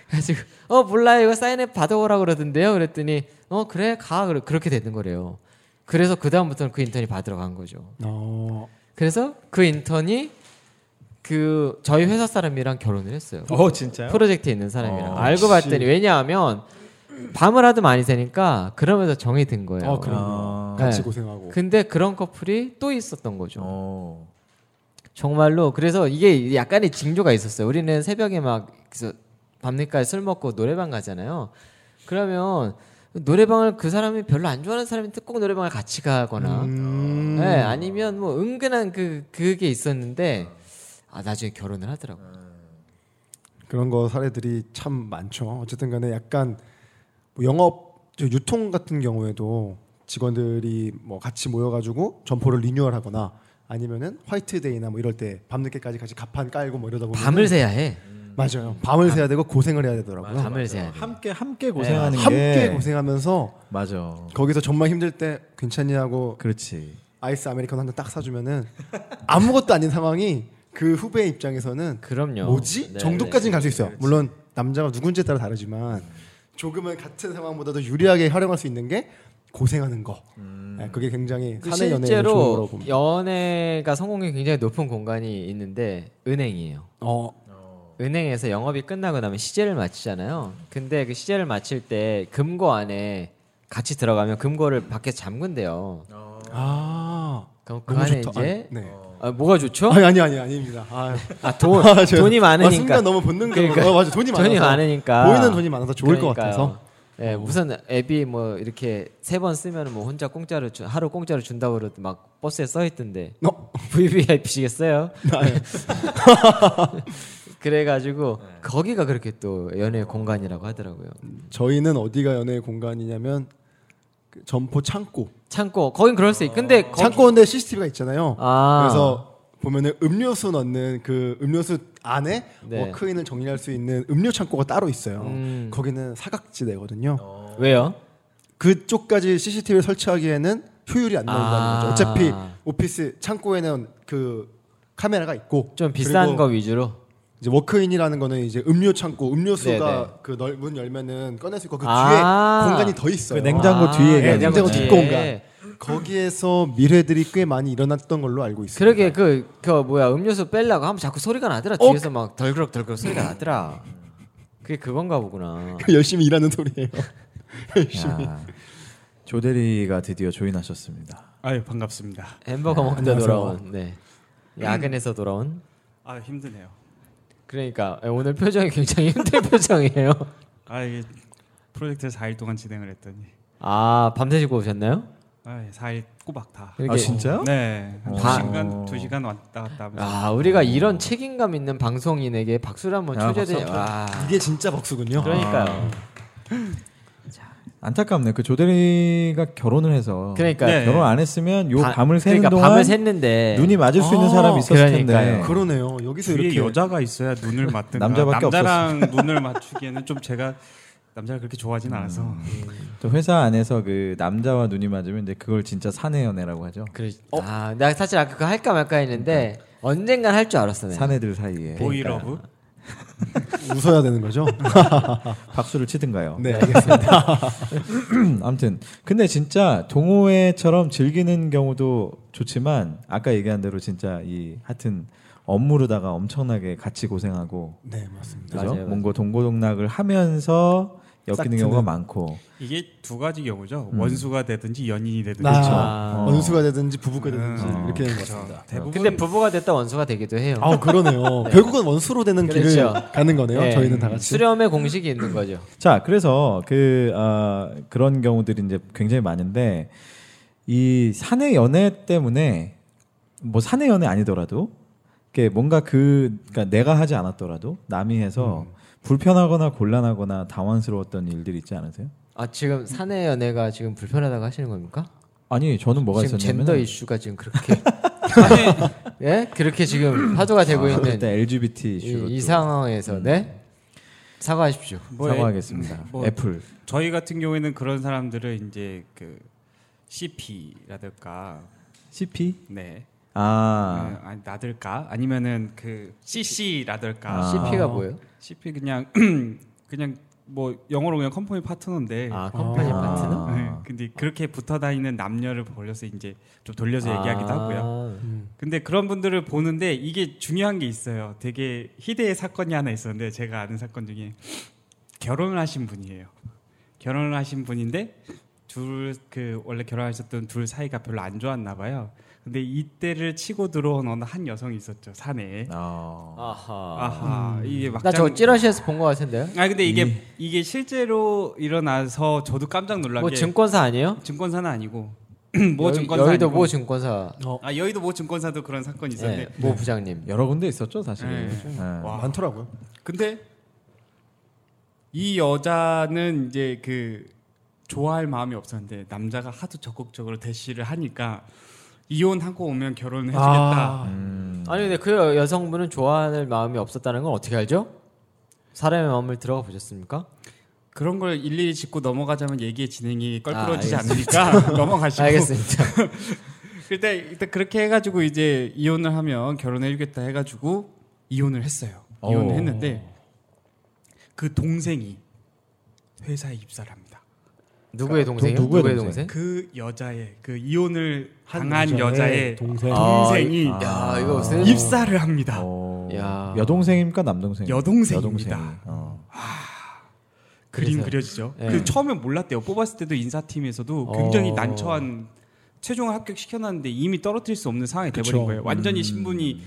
B: 그래가지고 어 몰라요. 이거 사인해 받아오라 그러던데요. 그랬더니 어 그래 가 그러- 그렇게 되는 거래요. 그래서 그 다음부터는 그 인턴이 받으러 간 거죠.
C: 어.
B: 그래서 그 인턴이 그 저희 회사 사람이랑 결혼을 했어요.
A: 어 진짜요?
B: 프로젝트에 있는 사람이랑
A: 어,
B: 알고
C: 아, 역시.
B: 봤더니 왜냐하면 밤을 하도 많이 새니까 그러면서 정이 든 거예요.
C: 아, 그럼
A: 아.
C: 같이
B: 네.
C: 고생하고.
B: 근데 그런 커플이 또 있었던 거죠.
A: 어.
B: 정말로 그래서 이게 약간의 징조가 있었어요. 우리는 새벽에 막 그래서 밤늦까지 술 먹고 노래방 가잖아요. 그러면 노래방을 그 사람이 별로 안 좋아하는 사람인데 꼭 노래방을 같이 가거나
C: 음.
B: 네, 아니면 뭐 은근한 그 그게 있었는데 아 나중에 결혼을 하더라고. 요
C: 그런 거 사례들이 참 많죠. 어쨌든 간에 약간 뭐 영업 저 유통 같은 경우에도 직원들이 뭐 같이 모여가지고 점포를 리뉴얼하거나 아니면은 화이트데이나 뭐 이럴 때 밤늦게까지 같이 갑판 깔고 뭐 이러다 보면
B: 밤을 새야 해.
C: 음.
B: 어,
C: 맞아요. 밤을 새야 되고 고생을 해야 되더라고요. 예.
B: 밤을 새야 돼.
A: 함께
B: 네,
A: 함께 고생하는 게
C: 함께 고생하면서
A: 맞아.
C: 거기서 정말 힘들 때 괜찮냐고
A: 그렇지.
C: 아이스 아메리카노 한 잔 딱 사주면은 아무것도 아닌 상황이 그 후배 입장에서는
B: 그럼요.
C: 뭐지
B: 네,
C: 정도까지는
B: 네.
C: 갈 수 있어요. 물론 남자가 누군지에 따라 다르지만 조금은 같은 상황보다도 유리하게 활용할 수 있는 게 고생하는 거. 네, 그게 굉장히
B: 그
C: 사내 연애의 좋은 거라고
B: 음. 실제로
C: 봅니다.
B: 연애가 성공률이 굉장히 높은 공간이 있는데 은행이에요.
C: 어,
B: 은행에서 영업이 끝나고 나면 시제를 마치잖아요. 근데 그 시제를 마칠 때 금고 안에 같이 들어가면 금고를 밖에 잠근대요.
A: 어.
C: 아,
B: 그럼 그
C: 너무
B: 안에
C: 좋다.
B: 이제
C: 아, 네.
B: 아, 뭐가 좋죠?
C: 아니 아니 아니 아닙니다. 아,
B: 아, 돈
C: <laughs> 아, 제가-
B: 돈이
C: 아,
B: 많으니까
C: 순간 너무 본능 적으로
B: 그러니까.
C: 어, 맞아 돈이 많아서
B: 돈이 많으니까
C: 보이는 돈이 많아서 좋을 것
B: 그러니까요.
C: 같아서
B: 예, 무슨 앱이 뭐 이렇게 세 번 쓰면 뭐 혼자 공짜로 주- 하루 공짜로 준다고 그러던 막 버스에 써
C: <laughs>
B: 있던데
C: 어,
B: VVIP시겠어요?
C: 아,
B: <laughs>
C: 네.
B: 그래가지고 거기가 그렇게 또 연애 공간이라고 하더라고요.
C: 저희는 어디가 연애의 공간이냐면 그 점포 창고
B: 창고 거긴 그럴 수 있. 근데
A: 어.
B: 거기-
C: 창고인데 CCTV가 있잖아요.
B: 아.
C: 그래서 보면은 음료수 넣는 그 음료수 안에
B: 네.
C: 워크인을 정리할 수 있는 음료 창고가 따로 있어요.
B: 음.
C: 거기는 사각지대거든요.
B: 왜요?
C: 그쪽까지 CCTV를 설치하기에는 효율이 안 나온다는
B: 아.
C: 거죠. 어차피 오피스 창고에는 그 카메라가 있고
B: 좀 비싼
C: 그리고
B: 거 위주로.
C: 이제 워크인이라는 거는 이제 음료 창고 음료수가
B: 네, 네.
C: 그 넓, 문 열면은 꺼낼 수 있고 그
B: 아.
C: 뒤에 공간이 더 있어요.
A: 그 냉장고 뒤에
C: 네,
B: 예,
A: 얘기하는
C: 냉장고
A: 거지.
B: 네.
C: 뒷공간. 거기에서 미래들이 꽤 많이 일어났던 걸로 알고 있습니다.
B: 그러게 그, 그 뭐야 음료수 뺄라고 하면 자꾸 소리가 나더라
A: 어?
B: 뒤에서 막 덜그럭 덜그럭 소리가 나더라 그게 그건가 보구나
C: <laughs> 열심히 일하는 소리예요.
A: 야, <laughs> 조대리가 드디어 조인하셨습니다.
D: 아유 반갑습니다.
B: 햄버거 먹다
C: 안녕하세요.
B: 돌아온 네 야근에서 돌아온
D: 아 힘드네요.
B: 그러니까 오늘
A: <laughs>
B: 표정이 굉장히 힘든 표정이에요
D: 아 이게 프로젝트를 4일 동안 진행을 했더니
B: 아 밤새시고 오셨나요?
D: 아 4일 꼬박 다.
B: 이렇게-
A: 아 진짜요?
D: 네. 한
A: 다-
D: 2시간 2시간 왔다 갔다 하면서
B: 아 우리가 이런 책임감 있는 방송인에게 박수를 한번
A: 아, 박수
B: 쳐줘야 돼요 아,
C: 이게 진짜 박수군요.
B: 그러니까요
A: 안타깝네. 그 조대리가 결혼을 해서
B: 그러니까
D: 네.
A: 결혼 안 했으면 요
B: 다-
A: 밤을 새는
B: 그러니까
A: 동안
B: 밤을 샜는데
A: 눈이 맞을 수 있는
C: 아,
A: 사람이 있었을 텐데.
B: 그러니까요.
C: 그러네요. 여기서
D: 뒤에
C: 이렇게
D: 여자가 있어야 눈을 맞든가
A: 남자밖에
D: 남자랑 눈을 맞추기에는 좀 제가 남자를 그렇게
A: 음,
D: 좋아하진 않아서
A: 또 회사 안에서 그 남자와 눈이 맞으면 이제 그걸 진짜 사내 연애라고 하죠.
B: 그래.
D: 어?
B: 아, 나 사실 아까 그거 할까 말까 했는데
D: 그러니까.
B: 언젠간 할 줄 알았어 내가.
A: 사내들 사이에
D: 보이러브
C: 웃어야 되는 거죠.
A: 그러니까 박수를 치든가요.
C: 네, 알겠습니다.
A: <clears throat> 아무튼 근데 진짜 동호회처럼 즐기는 경우도 좋지만 아까 얘기한 대로 진짜 이 하여튼 업무로다가 엄청나게 같이 고생하고
C: 네, 맞습니다.
A: 그죠?
B: 맞아요, 맞아요.
A: 뭔가 동고동락을 하면서 엮이는
C: 싹트는.
A: 경우가 많고
D: 이게 두 가지 경우죠.
A: 음.
D: 원수가 되든지 연인이 되든지
C: 나
A: 그렇죠.
B: 아.
C: 그렇죠. 원수가 되든지 부부가 되든지
D: 네. 음.
C: 이렇게 되는 것
D: 그렇죠.
C: 같습니다.
D: 대부분
B: 근데 부부가 됐다 원수가 되기도 해요.
C: 아, 그러네요. 결국은 원수로 되는
B: 그렇죠.
C: 길을 가는 거네요.
B: 예.
C: 저희는 다 같이.
B: 수렴의 공식이 있는 거죠.
A: 자 그래서 그 아, 그런 경우들이 이제 굉장히 많은데 이 사내 연애 때문에 뭐 사내 연애 아니더라도 이게 뭔가 그 그러니까 내가 하지 않았더라도 남이 해서 불편하거나 곤란하거나 당황스러웠던 일들이 있지 않으세요?
B: 아 지금 사내 연애가 지금 불편하다고 하시는 겁니까?
A: 아니 저는 뭐가
B: 지금
A: 있었냐면
B: 젠더 이슈가 지금
A: <laughs>
B: 그렇게 <laughs> 예 그렇게 지금 화두가 되고 있는
A: 일단 LGBT 아, 이슈로
B: 이,
A: 또
B: 이
A: 음.
B: 상황에서 네 사과하십시오.
D: 뭐 애-
A: 사과하겠습니다.
D: 뭐
A: 애플
D: 저희 같은 경우에는 그런 사람들을 이제 그 CP라든가
A: CP
D: 네
A: 아
D: 어, 아니, 나들까 아니면은 그 CC라든가
A: 아.
B: CP가 뭐예요?
D: CP 그냥 <clears throat> 그냥 뭐 영어로 그냥 컴퍼니 파트너인데
B: 아 컴퍼니
A: 아.
B: 파트너.
D: 네, <laughs> 근데 그렇게 붙어 다니는 남녀를 벌려서 이제 좀 돌려서 얘기하기도
B: 아.
D: 하고요. 근데 그런 분들을 보는데 이게 중요한 게 있어요. 되게 희대의 사건이 하나 있었는데 제가 아는 사건 중에 결혼을 하신 분이에요. 결혼을 하신 분인데 둘 그 원래 결혼하셨던 둘 사이가 별로 안 좋았나 봐요. 근데 이때를 치고 들어온 어느 한 여성이 있었죠 사내에.
A: 어.
B: 아하.
D: 아하 이게 막
B: 나 저거 찌라시에서 본 것 같은데요?
D: 아 근데 이게 이게 실제로 일어나서 저도 깜짝 놀란
B: 뭐
D: 게
B: 증권사 아니에요?
D: 증권사는 아니고 <clears throat> 뭐
B: 여의-
D: 증권사
B: 여의도 뭐-
D: 아니고
B: 모 증권사
D: 아 여의도 모 증권사도 그런 사건이 있었는데
B: 예, 모 부장님
A: 여러 군데 있었죠 사실.
D: 네.
A: 네.
D: 와.
C: 많더라고요.
D: 근데 이 여자는 이제 그 좋아할 마음이 없었는데 남자가 하도 적극적으로 대시를 하니까 이혼하고 오면 결혼을 네, 해주겠다.
C: 아,
B: 아니 근데 그 여- 여성분은 좋아하는 마음이 없었다는 건 어떻게 알죠? 사람의 마음을 들어가 보셨습니까?
D: 그런 걸 일일이 짚고 넘어가자면 얘기의 진행이 껄끄러지지
B: 아,
D: 않으니까 <laughs> 넘어가시고
B: 알겠습니다.
D: 일단 일단 그렇게 해가지고 이제 이혼을 하면 결혼해주겠다 해가지고 이혼을 했어요. 이혼을
A: 오.
D: 했는데 그 동생이 회사에 입사를 합니다.
B: 누구의 동생이요?
A: 누- 누구의
B: 동생?
D: 그 여자의 그 이혼을
C: 한
D: 당한
C: 여자의
D: 여자의
C: 동생.
D: 네, 동생이
B: 아, 야 이거 무슨
D: 입사를 합니다.
A: 어.
B: 야.
A: 여동생입니까 남동생?
D: 여동생입니다.
A: 어.
D: 그림
B: 그래서요?
D: 그려지죠.
B: 예.
D: 그 처음에 몰랐대요. 뽑았을 때도 인사팀에서도 굉장히
B: 어.
D: 난처한 최종 합격 시켜놨는데 이미 떨어뜨릴 수 없는 상황이
C: 그쵸.
D: 돼버린 거예요. 완전히 신분이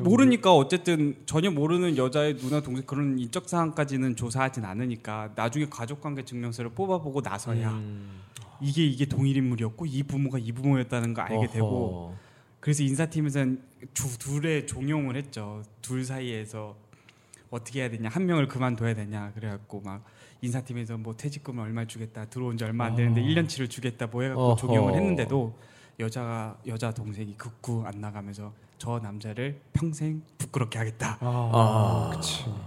D: 모르니까 어쨌든 전혀 모르는 여자의 누나 동생 그런 인적 사항까지는 조사하진 않으니까 나중에 가족관계 증명서를 뽑아보고 나서야
B: 음.
D: 이게 이게 동일 인물이었고 이 부모가 이 부모였다는 거 알게 되고
B: 어허.
D: 그래서 인사팀에서는 주, 둘의 종용을 했죠. 둘 사이에서 어떻게 해야 되냐, 한 명을 그만둬야 되냐. 그래갖고 막 인사팀에서 뭐 퇴직금을 얼마 주겠다, 들어온 지 얼마 안 되는데 1년치를 주겠다, 뭐 해갖고
B: 어허.
D: 종용을 했는데도 여자가 여자 동생이 극구 안 나가면서 저 남자를 평생 부끄럽게 하겠다.
B: 아,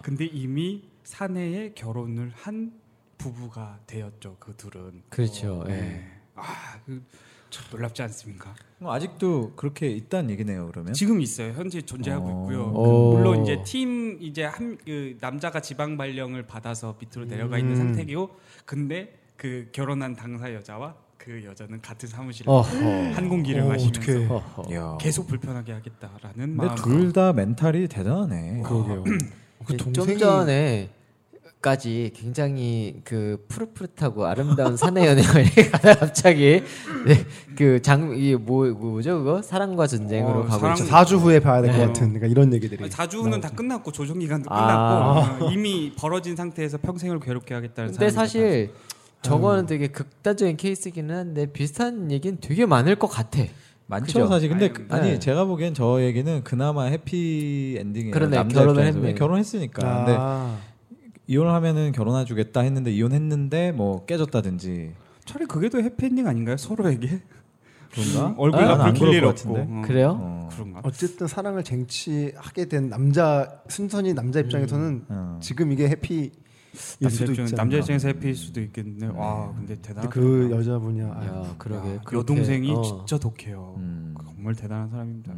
D: 근데 이미 사내에 결혼을 한 부부가 되었죠. 그 둘은.
B: 그렇죠. 예.
D: 네. 아, 그, 참 놀랍지 않습니까?
A: 그럼 뭐 아직도 그렇게 있다는 얘기네요 그러면.
D: 지금 있어요. 현재 존재하고
A: 어.
D: 있고요. 그
B: 어.
D: 물론 이제 팀 이제 한 그 남자가 지방 발령을 받아서 밑으로 내려가 있는
C: 음.
D: 상태고 근데 그 결혼한 당사 여자와 그 여자는 같은 사무실에
B: 어허.
D: 한 공기를
C: 어,
D: 마시면서
C: 어떡해.
B: 어허.
A: 야.
D: 계속 불편하게 하겠다라는
A: 근데 그
D: 마음.
A: 둘 다 멘탈이 대단하네.
C: 그러게요. 그
B: 예, 좀
C: 동생이
B: 전에까지 굉장히 그 푸릇푸릇하고 아름다운 사내 연애가 <laughs> 이렇게 가다 갑자기 네, 그장이뭐 뭐죠 그거 사랑과 전쟁으로
D: 어,
B: 가고
D: 사랑-
B: 있죠.
C: 4주 후에 봐야 될 것
D: 네.
C: 같은 그러니까 이런 얘기들이
D: 아니, 자주는 다 끝났고 조정 기간도
B: 아.
D: 끝났고 어, 이미 벌어진 상태에서 평생을 괴롭게 하겠다는.
B: 근데
D: 사람이 나타났어요.
B: 사실 저거는 되게 극단적인 케이스기는 한데 비슷한 얘기는 되게 많을 것 같아.
A: 많죠
B: 그죠?
A: 사실. 근데
D: 아니,
A: 그-
B: 네.
A: 아니 제가 보기엔 저 얘기는 그나마 해피 엔딩이에요.
B: 그러네,
A: 남자
B: 결혼을
A: 입장에서.
B: 했네.
A: 결혼했으니까. 근데
C: 아,
A: 이혼을 하면은 결혼해 주겠다 했는데 이혼했는데 뭐 깨졌다든지
D: 차라리 그게 더 해피엔딩 아닌가요? 서로에게
A: 그런가?
D: 얼굴
A: 어? 나는 안
D: 아플
A: 그럴
D: 길
A: 것
D: 없고
A: 같은데.
D: 어,
B: 그래요?
A: 어.
D: 그런가?
C: 어쨌든 사랑을 쟁취하게 된 남자 순선이 남자 입장에서는
A: 어.
C: 지금 이게 해피일
D: 음. 남자,
C: 수도
D: 입장,
C: 있잖아요.
D: 남자 입장에서 해피일 수도 있겠는데 와 근데 대단하다.
C: 근데 그
D: 음.
C: 여자분이야. 아유,
B: 야, 그러게. 그렇게-
D: 여동생이
B: 어. 음.
D: 진짜 독해요.
A: 음.
D: 정말 대단한 사람입니다.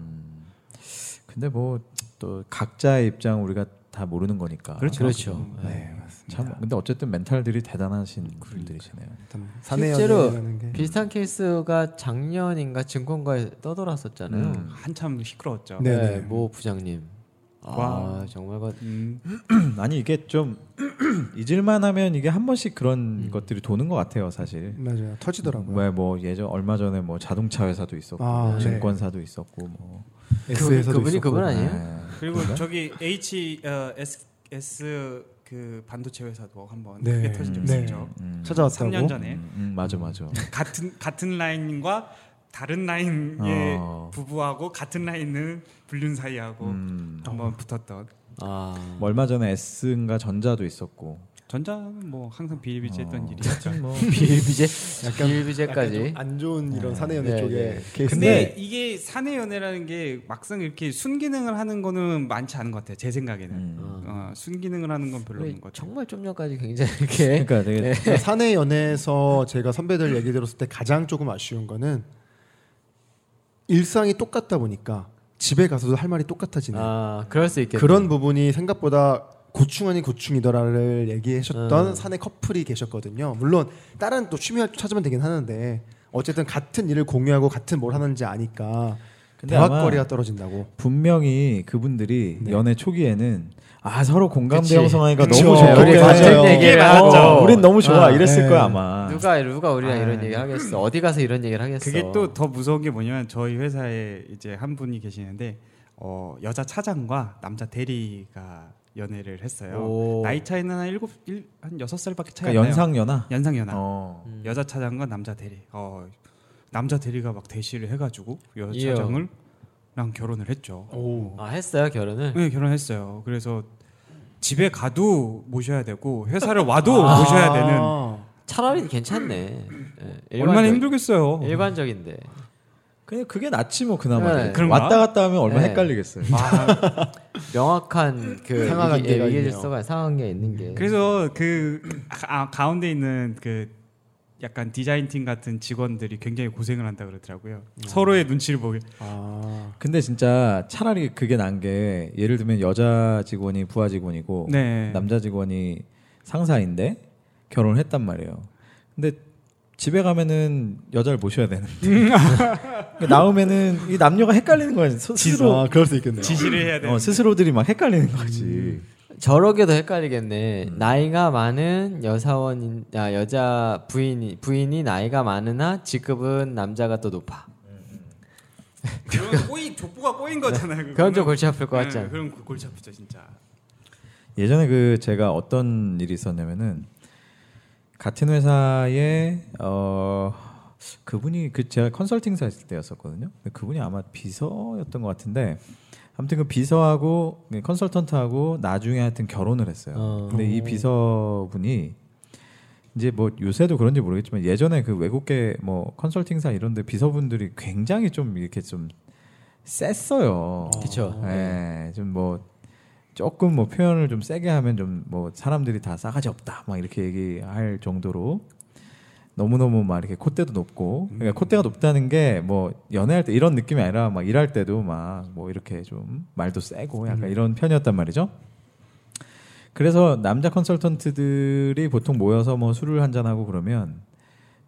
A: 근데 뭐 또 각자의 입장 우리가 다 모르는 거니까.
D: 그렇죠.
B: 그렇죠.
A: 네, 맞습니다. 참 근데 어쨌든 멘탈들이 대단하신 분들이시네요.
C: 일단 사내
B: 실제로
C: 연애라는 게
B: 비슷한 케이스가 작년인가 증권가에 떠돌았었잖아요.
D: 음. 한참 시끄러웠죠.
C: 네.
B: 네, 모 부장님. 아
D: 와.
B: 정말 그-
D: 음,
A: <clears throat> 아니 이게 좀 <clears throat> 잊을만하면 이게 한 번씩 그런 것들이 도는 것 같아요,
D: 그
A: 사실.
C: 맞아요. 터지더라고요.
A: 왜 뭐 예전 얼마 전에 뭐 자동차 회사도 있었고
C: 아, 네.
A: 증권사도 있었고 뭐
B: 그분이-
C: S에서도
B: 그분이
C: 있었고.
B: 그분 아니에요?
A: 네.
D: 그리고 저기 H 어, S S 그 반도체 회사도 한번
C: 네.
D: 크게 터진 적
C: 네.
D: 있었죠.
C: 찾아왔다고.
D: 3년 전에
A: 음, 음, 맞아 <laughs> 맞아.
D: 같은 같은 라인과 다른
C: 예.
D: 라인의
A: 어.
D: 부부하고 같은 라인을 불륜 사이하고
A: 음,
D: 한번 붙었던
B: 아
A: 뭐 얼마 전에 S인가 전자도 있었고
D: 전자는 뭐 항상 비일비재했던
A: 어.
D: 일이었죠.
A: 뭐
B: 비일비재
C: 약간- 약간
B: 비일비재까지.
D: 아,
C: 좀안 좋은 이런 사내 연애
B: 네,
C: 쪽에
B: 네.
C: 케이스.
D: 근데 이게 사내 연애라는 게 막상 이렇게 순기능을 하는 거는 많지 않은 것 같아요. 제
C: 네.
D: 생각에는
A: 음.
D: 어, 순기능을 하는 건 별로 없는
B: 그래,
D: 것 같아요.
B: 정말 좀 전까지 굉장히
C: 네.
B: 이렇게
A: 그러니까 되게
C: 사내 연애에서 제가 선배들 얘기 들었을 때 가장 조금 아쉬운 거는 일상이 똑같다 보니까 집에 가서도 할 말이 똑같아지는
B: 아 그럴 수 있겠다.
C: 그런 부분이 생각보다 고충 아닌 고충이더라를 얘기하셨던
A: 음.
C: 사내 커플이 계셨거든요. 물론 다른 또 취미 활동 찾으면 되긴 하는데 어쨌든 같은 일을 공유하고 같은 뭘 하는지 아니까
A: 근데 아마
C: 대화거리가 떨어진다고.
A: 분명히 그분들이 연애 초기에는 아 서로 공감
B: 그치.
A: 대형 성하니까
C: 그쵸.
A: 너무
C: 우리
A: 좋겠다.
C: 맞아요.
A: 어,
B: 얘기를 하고.
A: 우린 너무 좋아
B: 아,
A: 이랬을
C: 네.
A: 거야 아마.
B: 누가 누가 우리랑 이런 얘기 하겠어? 어디 가서 이런 얘기를 하겠어?
D: 아. 그게 또 더 무서운 게 뭐냐면 저희 회사에 이제 한 분이 계시는데 어, 여자 차장과 남자 대리가 연애를 했어요.
B: 오.
D: 나이 차이는 한 일곱 일- 한 여섯 살밖에 차이 안
A: 그러니까
D: 나요.
A: 연상 연하.
D: 연상 연하.
A: 어.
D: 여자 차장과 남자 대리. 어, 남자 대리가 막 대시를 해가지고 여자
B: 이요.
D: 차장을 랑 결혼을 했죠.
C: 음.
B: 아 했어요 결혼을.
D: 네 결혼했어요. 그래서 집에 가도 모셔야 되고 회사를 와도 모셔야 되는
A: 어.
B: 차라리 괜찮네. 예,
D: 얼마나
B: 일반적- 예.
D: 힘들겠어요.
B: 일반적인데.
A: 그냥 그게 낫지 뭐 그나마.
B: 네.
D: 그런가?
A: 왔다 갔다 하면 얼마나
B: 네.
A: 헷갈리겠어요.
D: 아,
B: 명확한 그
C: 상하관계가
B: 위기- 예, 위계
C: 있네요.
B: 질서가 상황에 있는 게.
D: 그래서 그 아, 가운데 있는 그 약간 디자인 팀 같은 직원들이 굉장히 고생을 한다 그러더라고요. 서로의 눈치를 보게.
C: 아.
A: 근데 진짜 차라리 그게 난 게 예를 들면 여자 직원이 부하 직원이고
D: 네.
A: 뭐, 남자 직원이 상사인데 결혼을 했단 말이에요. 근데 집에 가면은 여자를 모셔야 되는데
C: 음.
A: <laughs> 나오면은 이 남녀가 헷갈리는 거야 스스로
C: 아, 그럴 수 있겠네요. 음.
D: 지시를 해야 돼.
A: 어, 스스로들이 막 헷갈리는 거지.
B: 저러게도 헷갈리겠네.
D: 음.
B: 나이가 많은 여사원인 아, 여자 부인이 부인이 나이가 많으나 직급은 남자가 또 높아.
D: 그런 꼬이 족보가 꼬인 거잖아요. 네,
B: 그건 좀 골치 아플 것 같지 않아?
D: 그럼 골치 아프죠 진짜.
A: 예전에 그 제가 어떤 일이 있었냐면은 같은 회사에 어 그분이 그 제가 컨설팅사 있을 때였었거든요. 근데 그분이 아마 비서였던 것 같은데 아무튼 그 비서하고 네, 컨설턴트하고 나중에 하여튼 결혼을 했어요.
B: 어.
A: 근데 이 비서분이 이제 뭐 요새도 그런지 모르겠지만 예전에 그 외국계 뭐 컨설팅사 이런데 비서분들이 굉장히 좀 이렇게 좀 셌어요.
B: 그쵸. 네.
A: 예, 좀뭐 조금 뭐 표현을 좀 세게 하면 좀 뭐 사람들이 다 싸가지 없다 막 이렇게 얘기할 정도로 너무 너무 막 이렇게 콧대도 높고
B: 음.
A: 그러니까 콧대가 높다는 게 뭐 연애할 때 이런 느낌이 아니라 막 일할 때도 막 뭐 이렇게 좀 말도 세고
B: 음.
A: 약간 이런 편이었단 말이죠. 그래서 남자 컨설턴트들이 보통 모여서 뭐 술을 한잔 하고 그러면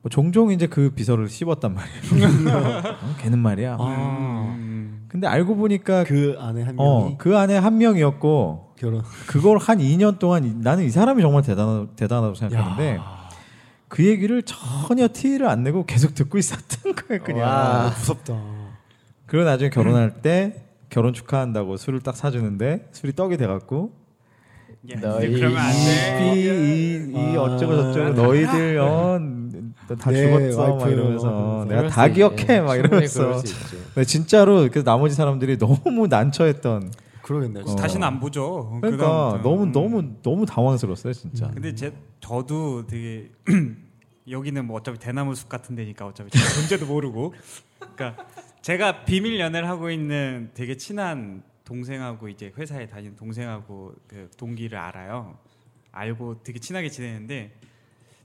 A: 뭐 종종 이제 그 비서를 씹었단
C: <laughs>
A: 말이에요. 어, 걔는 말이야.
C: 아,
D: 음.
A: 근데 알고 보니까 그,
C: 그 안에 한 명이
A: 어, 그 안에 한 명이었고
C: 결혼.
A: 그걸 한 2년 동안 이- 나는 이 사람이 정말 대단하, 대단하다고 생각하는데
C: 야,
A: 그 얘기를 전혀 티를 안 내고 계속 듣고 있었던 <laughs> 거예요 그냥.
B: 와.
C: 아, 무섭다.
A: 그리고 나중에 결혼할 때 결혼 축하한다고 술을 딱 사주는데 술이 떡이 돼갖고
D: 야,
B: 너희
D: 예, 이제 그러면 안 돼.
A: 이, 이, 이
C: 아.
A: 어쩌고 저쩌고
D: 네.
A: 너희들 어, 다
C: 내
A: 죽었어 막
C: 와이프
A: 이러면서
C: 어,
A: 내가
B: 네, 뭐 그럴
A: 다
B: 수 있-
A: 기억해
B: 예,
A: 막
B: 충분히 그럴
A: 이러면서
B: 수 있지.
A: 근데 진짜로 그 나머지 사람들이 너무 난처했던
C: 그러겠네요.
A: 어.
D: 다시는 안 보죠.
A: 그러니까
D: 그다음부터는.
A: 너무
D: 음.
A: 너무 너무 당황스러웠어요 진짜
B: 음.
D: 근데 제 저도 되게 <clears throat> 여기는 뭐 어차피 대나무 숲 같은 데니까 어차피 제가 존재도 모르고 그러니까 제가 비밀 연애를 하고 있는 되게 친한 동생하고 이제 회사에 다니는 동생하고 그 동기를 알아요. 알고 되게 친하게 지내는데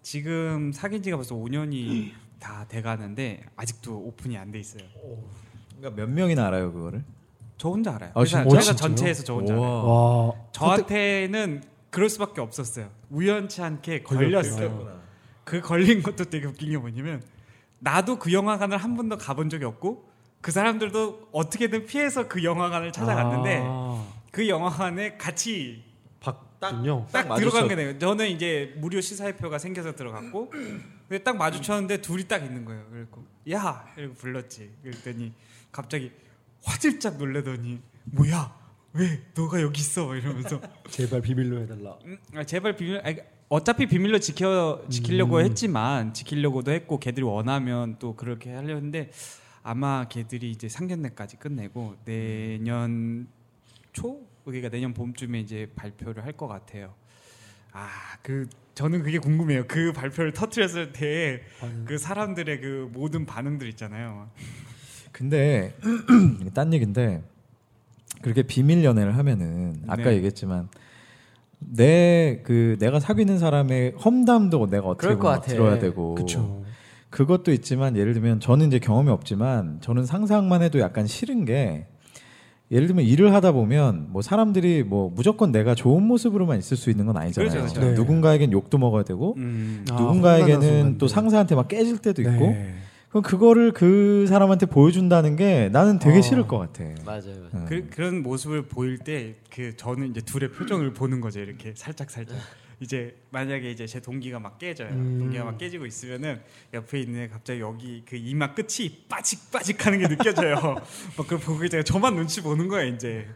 D: 지금 사귄 지가 벌써 5년이 다 돼가는데 아직도 오픈이 안 돼 있어요.
A: 그러니까 몇 명이나 알아요 그거를
D: 저 혼자 알아요.
A: 아,
D: 네, 회사,
A: 진짜요?
D: 회사
A: 진짜요?
D: 전체에서 저 혼자. 알아요.
A: 우와.
C: 와,
D: 저한테는 그럴 수밖에 없었어요. 우연치 않게
C: 걸렸구나.
D: 걸렸어요. 그 걸린 것도 되게 웃긴 게 뭐냐면 나도 그 영화관을 한 번도 가본 적이 없고 그 사람들도 어떻게든 피해서 그 영화관을 찾아갔는데 그 영화관에 같이
C: 박군요.
D: 딱
A: 맞았어.
D: 들어간 게 돼요. 저는 이제 무료 시사회표가 생겨서 들어갔고 근데 딱 마주쳤는데 둘이 딱 있는 거예요. 그래갖고 야 이러고 불렀지. 그랬더니 갑자기 화들짝 놀래더니 뭐야 왜 너가 여기 있어 이러면서
C: 제발 비밀로 해달라.
D: 음, 아, 제발 비밀 아니, 어차피 비밀로 지켜 지키려고 했지만 지키려고도 했고 걔들이 원하면 또 그렇게 하려 했는데 아마 걔들이 이제 상견례까지 끝내고 내년 초 그러니까 내년 봄쯤에 이제 발표를 할 것 같아요. 아 그 저는 그게 궁금해요. 그 발표를 터트렸을 때 그 사람들의 그 모든 반응들 있잖아요.
A: 근데 <clears throat> 딴 얘긴데 그렇게 비밀 연애를 하면은 아까
D: 네.
A: 얘기했지만 내 그 내가 사귀는 사람의 험담도 내가 어떻게
B: 그럴 것
A: 보면
B: 같아.
A: 들어야 되고
C: 그쵸.
A: 것도 있지만 예를 들면 저는 이제 경험이 없지만 저는 상상만 해도 약간 싫은 게 예를 들면 일을 하다 보면 뭐 사람들이 뭐 무조건 내가 좋은 모습으로만 있을 수 있는 건 아니잖아요.
D: 그렇죠,
C: 그렇죠. 네.
A: 누군가에겐 욕도 먹어야 되고
D: 음.
C: 아,
A: 누군가에게는
C: 혼란한
A: 또
C: 순간들.
A: 상사한테 막 깨질 때도 있고
C: 네.
A: 그럼 그거를 그 사람한테 보여준다는 게 나는 되게
C: 어.
A: 싫을 것 같아.
B: 맞아요. 맞아요.
A: 음.
D: 그, 그런 모습을 보일 때 그 저는 이제 둘의 표정을 보는 거죠 이렇게 살짝 살짝 이제 만약에 이제 제 동기가 막 깨져요
C: 음.
D: 동기가 막 깨지고 있으면은 옆에 있는 갑자기 여기 그 이마 끝이 빠직빠직하는 게 느껴져요 <laughs> 막 그걸 보고 제가 저만 눈치 보는 거야 이제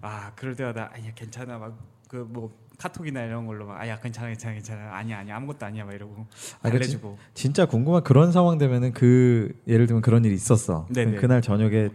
D: 아 그럴 때마다 아니야 괜찮아 막 그 뭐 카톡이나 이런 걸로 막 아야 괜찮아 괜찮아 괜찮아 아니야 아니야 아무것도 아니야 막 이러고
A: 아, 그치.
D: 달래주고
A: 진짜 궁금한 그런 상황 되면은 그 예를 들면 그런 일이 있었어.
D: 네네.
A: 그날 저녁에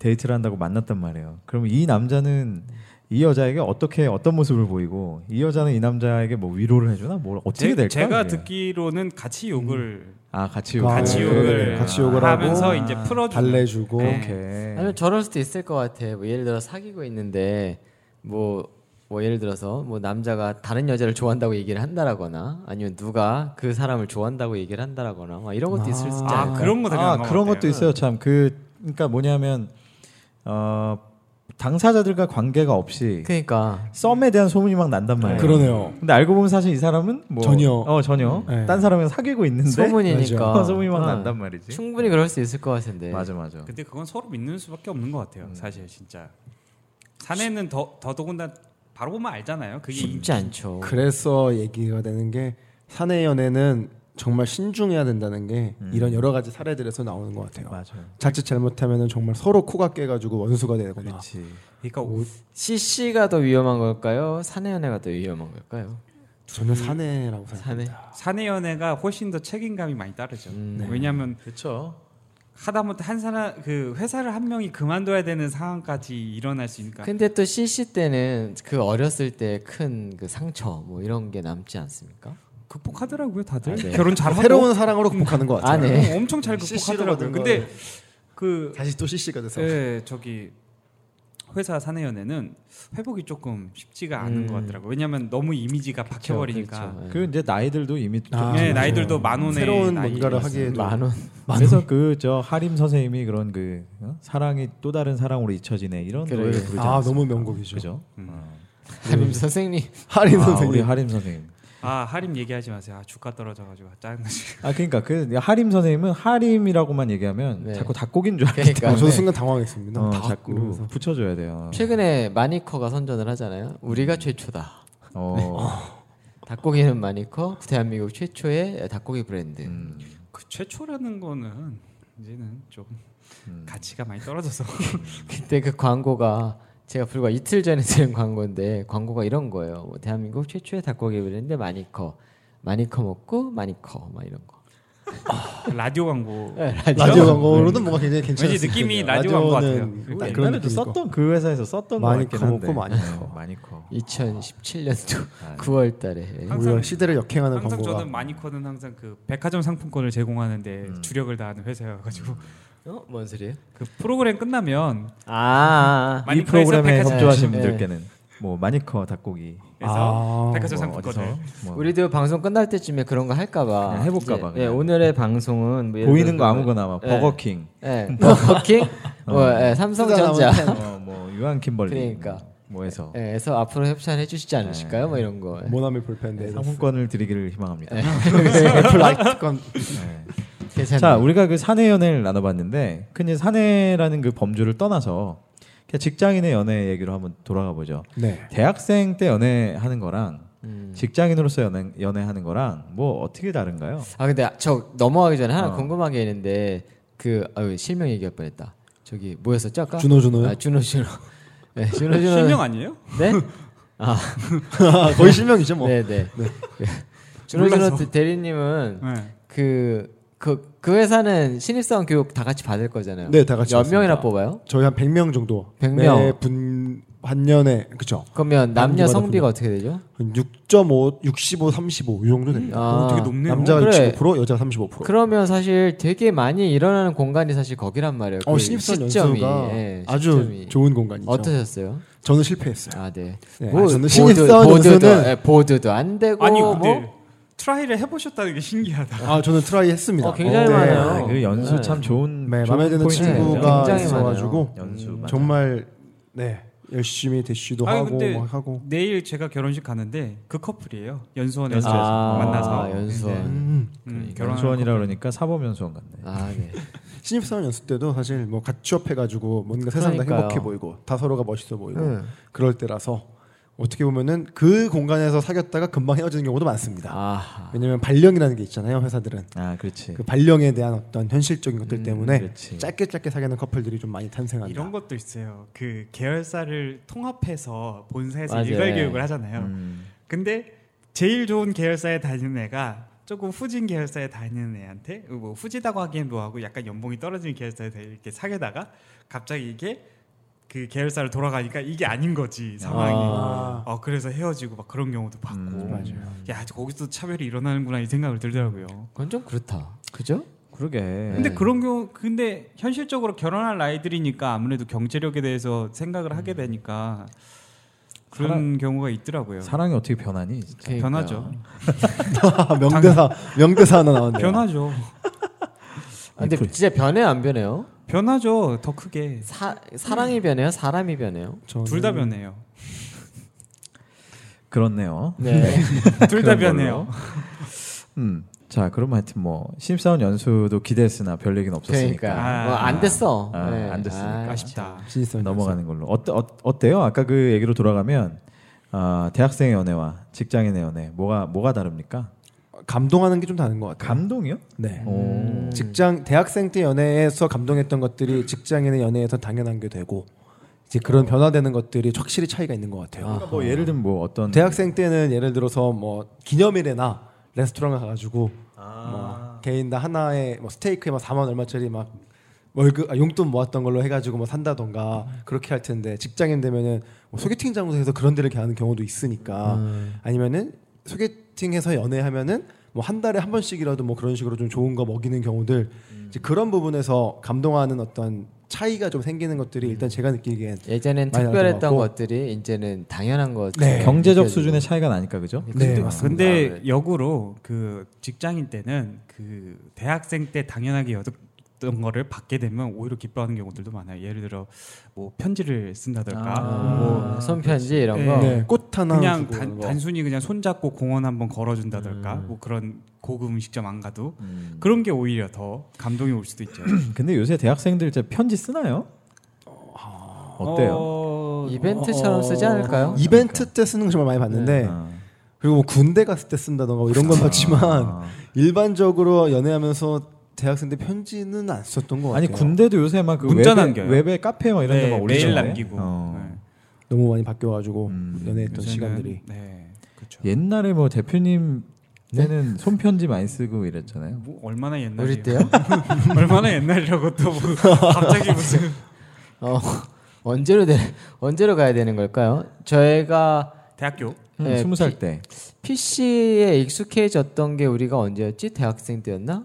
A: 데이트를 한다고 만났단 말이에요. 그럼 이 남자는 이 여자에게 어떻게 어떤 모습을 보이고 이 여자는 이 남자에게 뭐 위로를 해주나 뭘 어떻게
D: 제-
A: 될까?
D: 제가
A: 이게?
D: 듣기로는 같이 욕을
A: 아 같이 욕
D: 같이
C: 아,
D: 욕을
C: 네네. 같이 욕을 하고
D: 하면서 이제 풀어주는
C: 달래주고
D: 네.
A: 오케이.
B: 아니면 저럴 수도 있을 것 같아. 뭐 예를 들어 사귀고 있는데 뭐, 뭐 예를 들어서 뭐 남자가 다른 여자를 좋아한다고 얘기를 한다라거나 아니면 누가 그 사람을 좋아한다고 얘기를 한다라거나 막 이런 것도 있을 수 있지
D: 아,
B: 않을까?
D: 그런 거
A: 아,
D: 생각한 것
A: 그런
D: 같아요.
A: 것도 있어요. 참 그 그러니까 뭐냐면 어 당사자들과 관계가 없이
B: 그러니까
A: 썸에 대한 소문이 막 난단 말이에요.
C: 그러네요.
A: 근데 알고 보면 사실 이 사람은 뭐
C: 전혀.
A: 어 전혀
C: 네. 아.
A: 딴 사람이랑 사귀고 있는데
B: 소문이니까
A: 어, 소문이 막
B: 어,
A: 난단 말이지.
B: 충분히 그럴 수 있을 것 같은데.
A: 맞아 맞아.
D: 근데 그건 서로 믿는 수밖에 없는 것 같아요. 사실 진짜 사내는 더 더더군다 바로 보면 알잖아요. 그게
B: 쉽지 않죠.
C: 그래서 얘기가 되는 게 사내 연애는 정말 신중해야 된다는 게
D: 음.
C: 이런 여러 가지 사례들에서 나오는 것 같아요.
A: 맞아. 요
C: 자칫 잘못하면 정말 서로 코가 깨가지고 원수가 되거나
A: 그렇지.
D: 그러니까
B: CC가 더 위험한 걸까요? 사내 연애가 더 위험한 걸까요?
C: 저는 사내라고
A: 아,
C: 생각합니다.
B: 사내.
D: 사내 연애가 훨씬 더 책임감이 많이 따르죠.
B: 음.
D: 왜냐하면
A: 그렇죠.
D: 하다못해 한 사람 그 회사를 한 명이 그만둬야 되는 상황까지 일어날 수 있으니까
B: 근데 또 CC 때는 그 어렸을 때 큰 그 상처 뭐 이런 게 남지 않습니까?
D: 극복하더라고요 다들
B: 아, 네.
D: 결혼 음. 잘하고
C: 새로운 사랑으로 극복하는 것 같아요.
B: 아, 네.
D: 어, 엄청 잘
C: CC로 받은
D: 극복하더라고요. 근데 그
C: 다시 또 CC가 돼서
D: 네, 저기 회사 사내 연애는 회복이 조금 쉽지가 않은
B: 음.
D: 것 같더라고요. 왜냐하면 너무 이미지가 박혀버리니까
B: 그렇죠. 예.
A: 그 이제 나이들도 이미 좀
C: 네. 아,
D: 네,
C: 맞아요.
D: 나이들도 만원에
C: 새로운 뭔가를
A: 그
C: 하기에도
B: 예. 그 만 원.
A: 그래서 그 저 하림 선생님이 그런 그 어? 사랑이 또 다른 사랑으로 잊혀지네 이런
B: 그래.
A: 노래를 부르지
C: 아,
A: 않았습니까?
C: 너무 명곡이죠.
A: 그죠?
D: 음.
B: 하림 선생님.
C: 할인
A: 아, 우리
C: 선생님
A: 하림 선생님.
D: 아 하림 얘기하지 마세요. 아 주가 떨어져가지고 짜증나지. <laughs>
A: 아 그러니까 그 하림 선생님은 하림이라고만 얘기하면
B: 네.
A: 자꾸 닭고기인 줄 알기
B: 그러니까.
A: 때문에
C: 아, 저도 순간 당황했습니다.
A: 어,
C: 어, 다
A: 자꾸
C: 이러면서.
A: 붙여줘야 돼요.
B: 최근에 마니커가 선전을 하잖아요. 우리가 최초다. 네.
A: 어,
B: 닭고기는 마니커, 대한민국 최초의 닭고기 브랜드.
A: 음,
D: 그 최초라는 거는 이제는 좀
A: 음.
D: 가치가 많이 떨어져서 <laughs>
B: 그때 그 광고가 제가 불과 이틀 전에 들은 광고인데 광고가 이런 거예요. 뭐 대한민국 최초의 닭고기 브랜드 마니커. 마니커 먹고 마니커 막 이런 거.
D: 라디오
C: 음.
D: 광고.
B: 네,
C: 라디오 광고로는 뭔가 굉장히 괜찮아요.
D: 왠지 느낌이 라디오 광고 같아요.
A: 일단
D: 그러니까
C: 그런
D: 옛날에도
A: 그런
C: 느낌이고.
A: 썼던 그 회사에서 썼던 거
C: 많이
A: 같긴
C: 커
A: 한데
C: 먹고 많이 커.
A: 네, 많이 커.
B: 2017년도
A: 아,
B: 9월 달에
D: 항상-
C: 우리가 시대를 역행하는
D: 항상
C: 광고가
D: 저는 마니커는 항상 그 백화점 상품권을 제공하는데
C: 음.
D: 주력을 다하는 회사여가지고
B: 어? 뭔 소리예요?
D: 그 프로그램 끝나면
B: 아.
A: 이
D: 마니커에서
A: 프로그램에
D: 백화점-
A: 협조하신
B: 네.
A: 분들께는 뭐 마니커 닭고기
D: 그래서
C: 아,
D: 백화점
A: 뭐
D: 상품권을 네.
A: 어디서 뭐
B: 우리도 방송 끝날 때쯤에 그런 거 할까 봐.
A: 그냥 해볼까 봐,
B: 이제, 예,
A: 그냥.
B: 오늘의 방송은 뭐 예를
A: 보이는 거
B: 들어서
A: 아무거나 어. 막
B: 예.
A: 버거킹,
B: 예.
A: <laughs>
B: 버킹 뭐 예, 삼성전자
A: 어, 뭐 유한 킴벌리,
B: 그러니까.
A: 뭐에서
B: 예, 에서 앞으로 협찬해 주시지
A: 네.
B: 않으실까요? 뭐 이런 거. 예. <laughs>
C: 모나미 볼펜 네,
A: 상품권을 드리기를 희망합니다.
C: 애플 라이트권
A: 네.
B: 괜찮네요.
A: 자, 우리가 그 사내 연애를 나눠봤는데 흔히 사내라는 그 범주를 떠나서 그냥 직장인의 연애 얘기로 한번 돌아가 보죠.
C: 네.
A: 대학생 때 연애하는 거랑
B: 음.
A: 직장인으로서 연애, 연애하는 거랑 뭐 어떻게 다른가요?
B: 아 근데 저 넘어가기 전에 하나
A: 어.
B: 궁금한 게 있는데 그 아유, 실명 얘기할 뻔했다. 저기 뭐였었죠 아까?
C: 준호 준호요?
B: 아 준호 준호. 네, 준호 준호.
D: 어, 실명 아니에요?
B: 네?
D: <laughs>
B: 아
C: 거의 실명이죠 뭐.
B: 네네. 준호 준호 대- 대리님은
D: 네.
B: 그. 그, 그 회사는 신입사원 교육 다 같이 받을 거잖아요.
C: 네, 다 같이
B: 몇
C: 받습니다.
B: 명이나 뽑아요?
C: 저희 한 100명 정도. 네,
B: 100명.
C: 분 반년에 그렇죠.
B: 그러면 남녀
C: 받았군요.
B: 성비가 어떻게 되죠?
C: 6.5, 65, 35이 정도 됩니다.
B: 아,
D: 되게 높네요.
C: 남자가
B: 그래.
C: 65%, 여자 35%.
B: 그러면 사실 되게 많이 일어나는 공간이 사실 거기란 말이에요.
C: 어,
B: 그
C: 신입사원
B: 시점이,
C: 연수가
B: 예,
C: 아주
B: 시점이.
C: 좋은 공간이죠.
B: 어떠셨어요?
C: 저는 실패했어요.
B: 아 네.
C: 네,
B: 뭐
C: 아, 저는
B: 보드-
C: 신입사원
B: 보드도
C: 연수는-
B: 예, 보드도 안 되고
D: 아니 근데
B: 뭐
D: 트라이를 해보셨다는 게 신기하다.
C: <laughs> 아, 저는 트라이 했습니다.
B: 어, 굉장히
C: 네.
B: 많아요.
A: 아, 그 연수
B: 네.
A: 참 좋은
C: 네,
A: 좋은
C: 마음에 드는
A: 포인트네요.
C: 친구가
B: 굉장히
C: 있어가지고
A: 연수 맞아.
C: 음, 정말 네 열심히 대쉬도
D: 아니,
C: 하고
D: 근데
C: 막 하고.
D: 내일 제가 결혼식 가는데 그 커플이에요. 연수원에서
A: 연수원에서
B: 아,
D: 만나서 네.
B: 연수원.
C: 음.
D: 결혼
A: 연수원이라 그러니까 사법연수원 같네.
B: 아 네.
C: 신입사원 연수 때도 사실 뭐 같이 취업해가지고 뭔가 세상 다
B: 그러니까요. 네.
C: 행복해 보이고 다 서로가 멋있어 보이고 그럴 때라서 어떻게 보면은 그 공간에서 사귀었다가 금방 헤어지는 경우도 많습니다.
B: 아
C: 왜냐면 발령이라는 게 있잖아요 회사들은
A: 아 그렇지.
C: 그 발령에 대한 어떤 현실적인 것들 때문에
A: 음, 그렇지.
C: 짧게 짧게 사귀는 커플들이 좀 많이 탄생한다.
D: 이런 것도 있어요. 그 계열사를 통합해서 본사에서
B: 맞아요.
D: 일괄 교육을 하잖아요.
A: 음.
D: 근데 제일 좋은 계열사에 다니는 애가 조금 후진 계열사에 다니는 애한테 뭐 후지다고 하기엔 뭐하고 약간 연봉이 떨어지는 계열사에 다- 이렇게 사귀다가 갑자기 이게 그 계열사를 돌아가니까 이게 아닌 거지 상황이.
B: 아.
D: 어 그래서 헤어지고 막 그런 경우도 봤고.
A: 음,
C: 맞아요. <laughs>
D: 야 거기서 차별이 일어나는구나 이 생각을 들더라고요.
B: 그건 좀 그렇다. 그죠?
A: 그러게.
D: 근데
A: 네.
D: 그런 경우 근데 현실적으로 결혼할 나이들이니까 아무래도 경제력에 대해서 생각을 하게 되니까 그런 경우가 있더라고요.
A: 사랑이 어떻게 변하니? 진짜.
B: 그러니까요.
D: 변하죠.
C: 명대사 명대사 하나 나왔네요.
D: 변하죠.
B: 아, 근데
C: 그
B: 진짜 변해요 안 변해요?
D: 변하죠. 더 크게.
B: 사 사랑이 변해요? 사람이 변해요?
C: 저는
D: 둘 다 변해요.
A: 그렇네요.
B: 네.
D: 둘 다
A: 그런 걸로.
D: 변해요.
A: 음. 자, 그럼 하여튼 뭐 신입사원 연수도 기대했으나 별 얘기는
B: 그러니까
A: 없었으니까
D: 아.
B: 뭐 안 됐어.
A: 아,
B: 네.
A: 안 됐으니까.
B: 아,
D: 아쉽다.
C: 신입사원 연수.
A: 넘어가는 걸로. 어때 어, 어때요? 아까 그 얘기로 돌아가면 아, 대학생의 연애와 직장인의 연애 뭐가 뭐가 다릅니까?
C: 감동하는 게 좀 다른 것 같아요.
A: 감동이요?
C: 네.
A: 오.
C: 직장 대학생 때 연애에서 감동했던 것들이 직장인의 연애에서 당연한 게 되고 이제
A: 어.
C: 그런 변화되는 것들이 확실히 차이가 있는 것 같아요.
A: 그러니까 뭐 예를 들면 뭐 어떤
C: 대학생 때는 예를 들어서 뭐 기념일에나 레스토랑을 가가지고
A: 아.
D: 아.
C: 뭐 개인 다 하나의 뭐 스테이크에 막 4만 얼마짜리 막 월급 아, 용돈 모았던 걸로 해가지고 뭐 산다던가 그렇게 할 텐데 직장인 되면은 뭐 소개팅 장소에서 그런 데를 이렇게 하는 경우도 있으니까
D: 음.
C: 아니면은 소개팅에서 연애하면은 뭐 한 달에 한 번씩이라도 뭐 그런 식으로 좀 좋은 거 먹이는 경우들
D: 음.
C: 이제 그런 부분에서 감동하는 어떤 차이가 좀 생기는
D: 음.
C: 것들이 일단 제가 느끼기엔
B: 예전엔
C: 많이
B: 특별했던
C: 나왔던 것
B: 것들이 이제는 당연한 것.
C: 네.
A: 경제적
B: 느껴지고.
A: 수준의 차이가 나니까 그죠?
C: 네, 맞습니다.
D: 근데 역으로 그 직장인 때는 그 대학생 때 당연하게 여득 어떤 거를 받게 되면 오히려 기뻐하는 경우들도 많아요. 예를 들어 뭐 편지를 쓴다든가 뭐
B: 아, 손편지 이런 거.
D: 네.
C: 네, 꽃 하나
D: 그냥
C: 주고
D: 단,
C: 뭐.
D: 단순히 그냥 손잡고 공원 한번 걸어준다든가 뭐 그런 고급 음식점 안 가도
A: 음.
D: 그런 게 오히려 더 감동이 올 수도 있죠.
A: <clears throat> 근데 요새 대학생들 이제 편지 쓰나요? 어때요?
D: 어, 네.
B: 이벤트처럼 쓰지
C: 어,
B: 않을까요?
C: 이벤트 때 쓰는 거 정말 많이 봤는데
A: 아.
C: 그리고 뭐 군대 갔을 때 쓴다던가 뭐 이런 건 봤지만
A: 아.
C: 일반적으로 연애하면서 대학생 때 편지는 안 썼던 것
A: 아니
C: 같아요.
A: 군대도 요새 막그
D: 문자
A: 웹에,
D: 남겨요.
A: 웹에 카페 막 이런
D: 네,
A: 데막 올리잖아요.
D: 메일 남기고
A: 어.
D: 네.
C: 너무 많이 바뀌어가지고
A: 음,
C: 연애했던
D: 요새는-
C: 시간들이
D: 네 그렇죠.
A: 옛날에 뭐 대표님 때는 손편지 많이 쓰고 이랬잖아요.
D: 뭐 얼마나
B: 우리
D: 옛날이에요?
B: 때요?
D: <laughs> 얼마나 옛날이라고 또뭐 갑자기 무슨
B: 어, 언제로 되, 언제로 가야 되는 걸까요? 저희가
D: 대학교
A: 음,
B: 네,
A: 스무 살
B: 피-
A: 때.
B: PC에 익숙해졌던 게 우리가 언제였지? 대학생 때였나?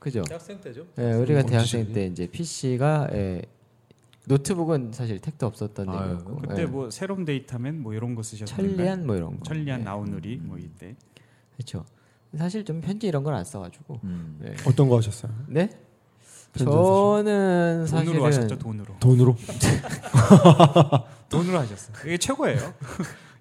B: 그죠?
A: 대학생 때죠.
B: 예, 우리가
C: 언제
B: 대학생 때 이제 PC가 예, 노트북은 사실 택도 없었던
A: 아유,
B: 얘기였고
D: 그때
B: 예,
D: 뭐 새롬 데이터맨 뭐 이런 거 쓰셨던가요?
B: 천리안 뭐 이런 거
D: 천리안 나우누리 뭐 이때
B: 그렇죠. 사실 좀 편지 이런 건 안
A: 음.
B: 써가지고 예.
C: 어떤 거 하셨어요?
B: 네?
C: 편지
B: 저는
D: 돈으로 하셨죠
B: 사실은
D: 돈으로
C: 돈으로?
D: <laughs> 돈으로 하셨어. 이게 최고예요.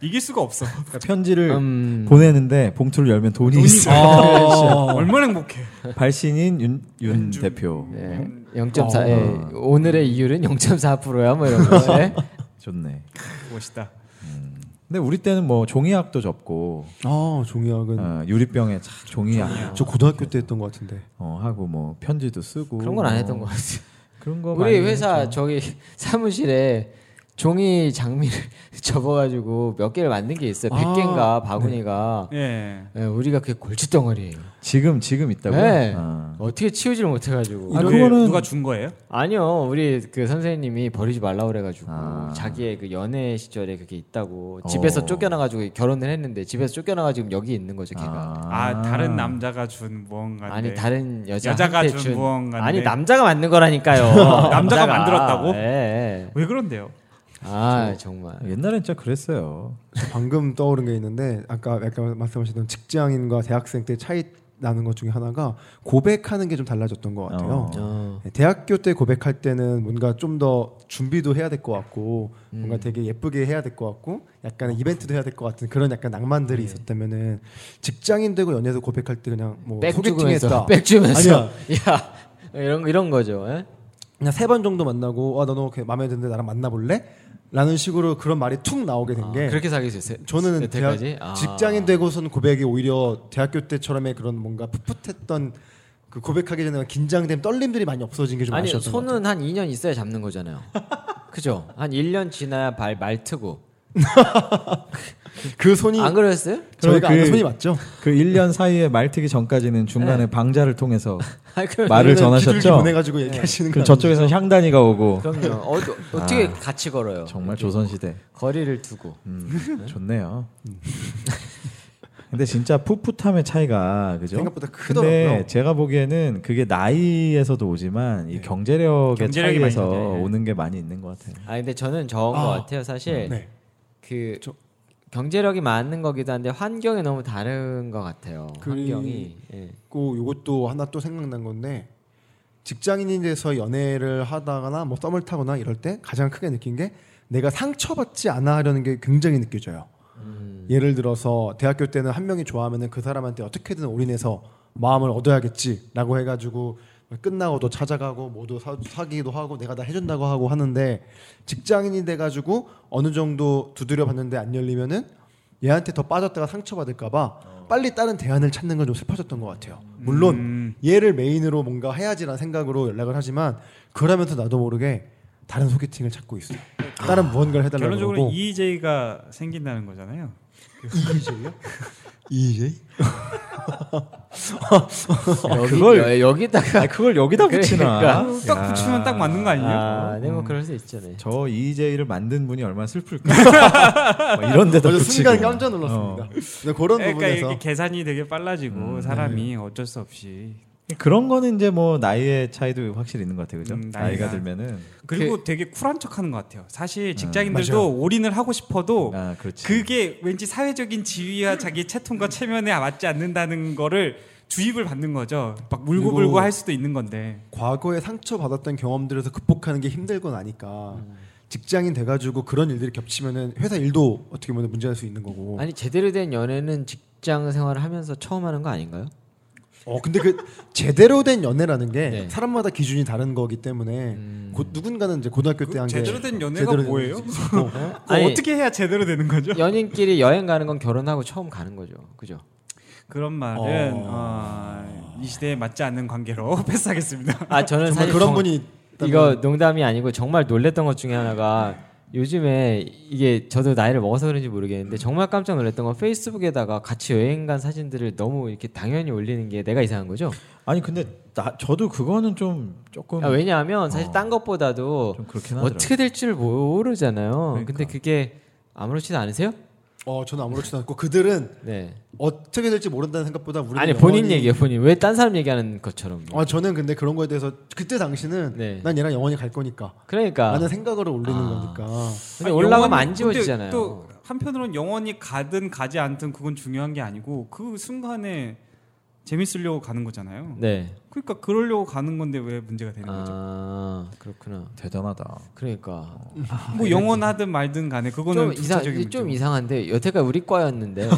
D: 이길 수가 없어.
A: 그러니까 편지를
B: 음,
A: 보내는데 봉투를 열면 돈이,
D: 돈이
A: 있어.
D: 얼마나 행복해.
A: 발신인 윤, 윤
D: 윤준.
A: 대표.
B: 예, 0.4 예, 오늘의 이율은 0.4%야 뭐 이런 거 예.
A: 좋네.
D: 멋있다.
A: 근데 우리 때는 뭐 종이학도 접고
C: 아 종이학은
A: 어, 유리병에 착 종이학
C: 저 고등학교 때 했던 것 같은데
A: 어, 하고 뭐 편지도 쓰고
B: 그런 건 안
A: 뭐
B: 했던 것 같아요.
A: 그런 거
B: 우리
A: 많이
B: 회사
A: 했죠.
B: 저기 사무실에 종이 장미를 <laughs> 접어가지고 몇 개를 만든 게 있어요.
C: 아,
B: 100개인가 바구니가.
D: 예.
B: 예, 우리가 그게 골칫덩어리예요.
A: 아. 지금 지금 있다고요?
B: 네.
A: 아.
B: 어떻게 치우지를 못해가지고.
A: 아,
D: 왜,
A: 그거는-
D: 누가 준 거예요?
B: 아니요, 우리 그 선생님이 버리지 말라 그래가지고
A: 아.
B: 자기의 그 연애 시절에 그게 있다고
A: 어.
B: 집에서 쫓겨나가지고 결혼을 했는데 집에서 쫓겨나가지고 지금 여기 있는 거죠, 걔가.
D: 아, 다른 남자가 준 무언가인데.
B: 아, 니 다른 여자
D: 여자가 준 무언가인데.
B: 아니 남자가 만든
D: <laughs>
B: 거라니까요. 남자가,
D: 만들었다고?
B: 예.
D: 왜 그런데요?
B: 아 정말.
C: 어.
A: 옛날엔 진짜 그랬어요.
C: 저 방금 떠오른 게 있는데 아까 약간 말씀하셨던 직장인과 대학생 때 차이 나는 것 중에 하나가 고백하는 게 좀 달라졌던 것 같아요.
B: 어.
C: 네, 대학교 때 고백할 때는 뭔가 좀 더 준비도 해야 될 것 같고 뭔가
B: 음.
C: 되게 예쁘게 해야 될 것 같고
B: 어.
C: 약간 이벤트도 해야 될 것 같은 그런 약간
B: 네.
C: 낭만들이 있었다면은 직장인 되고 연애도 고백할 때 그냥 뭐
B: 백 주면서
C: 소개팅했다
B: <laughs> 백 주면서
C: 아니야.
B: 야 이런 이런 거죠. 예?
C: 그냥 세 번 정도 만나고 아너 너 마음에 드는데 나랑 만나볼래? 라는 식으로 그런 말이 툭 나오게 된 게
B: 아, 그렇게 사귈 수 있어요.
C: 저는 대학,
B: 여태까지 아.
C: 직장인 되고서는 고백이 오히려 대학교 때처럼의 그런 뭔가 풋풋했던 그 고백하기 전에 긴장됨 떨림들이 많이 없어진 게 좀
B: 아니
C: 아쉬웠던 것
B: 손은 한 2년 있어야 잡는
C: <laughs>
B: 거잖아요. 그죠? 한 1년 지나야 발 말 트고
C: 같아요. 그 손이
B: 안
C: <laughs>
B: 그랬어요?
C: 저희가
A: 그-
C: 아는 손이 맞죠?
A: 그 1년 사이에 말트기 전까지는
B: 네.
A: 중간에 방자를
B: <laughs>
A: 통해서
B: 아니, 그럼-
A: 말을 전하셨죠?
C: 비둘기 보내가지고 얘기하시는
A: 그
C: 거
A: 저쪽에서 향단이가 오고
B: 그럼요. 어, 떻게
C: 아.
B: 같이 걸어요?
A: 정말 조선시대
B: 거리를 두고
A: 음, 좋네요. <laughs> 근데 진짜 풋풋함의 차이가 그죠?
C: 생각보다
A: 근데
C: 크더라고요.
A: 제가 보기에는 그게 나이에서도 오지만
B: 네.
A: 이 경제력의
D: 경제력이
A: 차이에서
D: 많이 나죠, 예.
A: 오는 게 많이 있는 것 같아요.
B: 아 근데 저는 저은 것
C: 아.
B: 같아요. 사실
C: 네.
B: 그
C: 저-
B: 경제력이 맞는 거기도 한데 환경이 너무 다른 것 같아요.
C: 그-
B: 환경이
C: <laughs>
B: 예.
C: 있고 그 요것도 하나 또 생각난 건데 직장인이 돼서 연애를 하다거나 뭐 썸을 타거나 이럴 때 가장 크게 느낀 게 내가 상처받지 않아 하려는 게 굉장히 느껴져요.
D: 음.
C: 예를 들어서 대학교 때는 한 명이 좋아하면은 그 사람한테 어떻게든 올인해서 마음을 얻어야겠지라고 해가지고 끝나고도 찾아가고 모두 사, 사귀기도 하고 내가 다 해준다고 하고 하는데 직장인이 돼가지고 어느 정도 두드려 봤는데 안 열리면은 얘한테 더 빠졌다가 상처받을까봐 빨리 다른 대안을 찾는 건 좀 슬퍼졌던 것 같아요. 물론
D: 어. 음,
C: 얘를 메인으로 뭔가 해야지라는 생각으로 연락을 하지만 그러면서 나도 모르게 다른 소개팅을 찾고 있어요. 다른 무언가를 해달라고
D: 아, 결론적으로
C: 그러고
D: EJ가 생긴다는 거잖아요.
C: 이재요? <laughs> 이재? 아,
B: 여기,
A: 그걸-
B: 여- 여기다가
A: 그걸 여기다
B: 붙이나?
A: 붙이나?
D: 딱 붙이면 딱 맞는 거 아니에요?
B: 아, 네, 뭐 그럴 수 있죠. 네.
A: 저 EJ를 만든 분이 얼마나 슬플까?
B: <laughs>
A: 뭐 이런 데다
C: 저
A: 붙이고. 어.
C: 순간 깜짝 놀랐습니다.
B: 어.
C: 근데 그런
D: 그러니까
C: 부분에서
D: 이렇게 계산이 되게 빨라지고
B: 음, 네.
D: 사람이 어쩔 수 없이
A: 그런 거는 이제 뭐 나이의 차이도 확실히 있는 것 같아요. 그죠?
D: 음,
A: 나이가,
D: 나이가.
A: 들면은
D: 그리고 되게 쿨한 척하는 것 같아요.
B: 네.
D: 사실 직장인들도 올인을 하고 싶어도
C: 네.
A: 아, 그렇지.
D: 그게 왠지 사회적인 지위와 자기 채통과 체면에 맞지 않는다는 거를 주입을 받는 거죠. 막 물고 물고 할 수도 있는 건데.
C: 과거에 상처받았던 경험들에서 극복하는 게 힘들건 아니까
B: 음.
C: 직장인 돼가지고 그런 일들이 겹치면은 회사 일도 어떻게 보면 문제일 수 있는 거고.
B: 아니 제대로 된 연애는 직장 생활을 하면서 처음 하는 거
C: <laughs>
B: 아닌가요?
C: 어 근데 그 제대로 된 연애라는 게
B: 네. 음.
C: 사람마다 기준이 다른 거기 때문에 곧 누군가는 이제 고등학교 때 한 게
D: 그 제대로 된 연애가 뭐예요? <laughs>
C: 어.
D: 그거
B: 아니-
D: 어떻게 해야 제대로 되는 거죠?
B: 연인끼리 여행 가는 건 결혼하고 처음 가는 거죠. 그죠?
D: 그런 말은 어, 이 시대에 맞지 않는 관계로 <laughs> 패스하겠습니다.
B: 아 저는
C: 정말
B: 사실
C: 그런
B: 정-
C: 분이 있다면
B: 이거 농담이 아니고 정말 놀랬던 것 중에 하나가 요즘에 이게 저도 나이를 먹어서 그런지 모르겠는데 정말 깜짝 놀랐던 건 페이스북에다가 같이 여행 간 사진들을 너무 이렇게 당연히 올리는 게 내가 이상한 거죠.
A: 아니 근데 나 저도 그거는 좀 조금
B: 아, 왜냐하면 사실 딴 것보다도
A: 좀 그렇긴 하더라고요.
B: 어떻게 될지를 모르잖아요. 근데 그게 아무렇지도 않으세요?
C: 어 저는 아무렇지도 않고 그들은
B: 네.
C: 어떻게 될지 모른다는 생각보다 우리
B: 아니 본인 얘기예요, 본인. 왜 딴 사람 얘기하는 것처럼.
C: 아 저는 근데 그런 거에 대해서 그때 당시는
B: 네.
C: 난 얘랑 영원히 갈 거니까
B: 그러니까.
C: 라는 생각으로 올리는
A: 아.
C: 거니까
B: 근데
D: 아니,
B: 올라가면
D: 영원히-
B: 안 지워지잖아요.
D: 근데 또 한편으로는 영원히 가든 가지 않든 그건 중요한 게 아니고 그 순간에 재밌으려고 가는 거잖아요.
B: 네.
D: 그러니까 그러려고 가는 건데 왜 문제가 되는 거죠?
B: 아 그렇구나.
A: 대단하다.
B: 그러니까
D: 뭐 영원하든 말든 간에 그거는
B: 좀 이상
D: 부차적인 문제.
B: 좀 이상한데 여태까지 우리 과였는데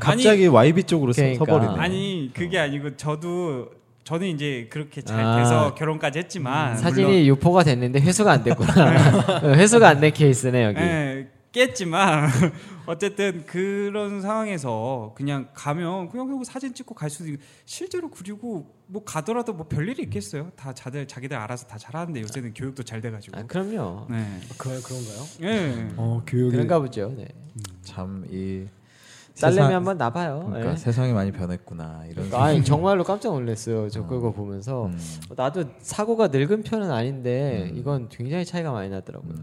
A: 갑자기 YB 쪽으로 서-
B: 그러니까.
A: 서버리네.
D: 아니 그게 아니고 저도 저는 이제 그렇게 잘
B: 어. 아.
D: 돼서 결혼까지 했지만
B: 사진이 유포가 됐는데 회수가 안 됐구나. <laughs> 어, 회수가 안 된 케이스네
D: 물론,
B: 여기.
D: 예, 깼지만 <laughs> 어쨌든 그런 상황에서 그냥 가면 그냥 그리고 사진 찍고 갈 수도 있고 실제로 그리고 뭐 가더라도 뭐 별일이 있겠어요. 다 자들 자기들 알아서 다 잘하는데 요새는 교육도 잘 돼가지고.
B: 아 그럼요.
D: 네.
C: 그, 그런가요?
D: 예.
C: 어 교육이
A: 그러니까
B: 그런가 보죠. 네.
A: 참이
B: 딸내미 한번 나봐요.
A: 그러니까
B: 예.
A: 세상이 많이 변했구나 이런. 음.
B: 그러니까 아니 정말로 깜짝 놀랐어요. 저 그거 보면서 어, 나도 사고가 늙은 편은 아닌데 이건 굉장히 차이가 많이 나더라고요.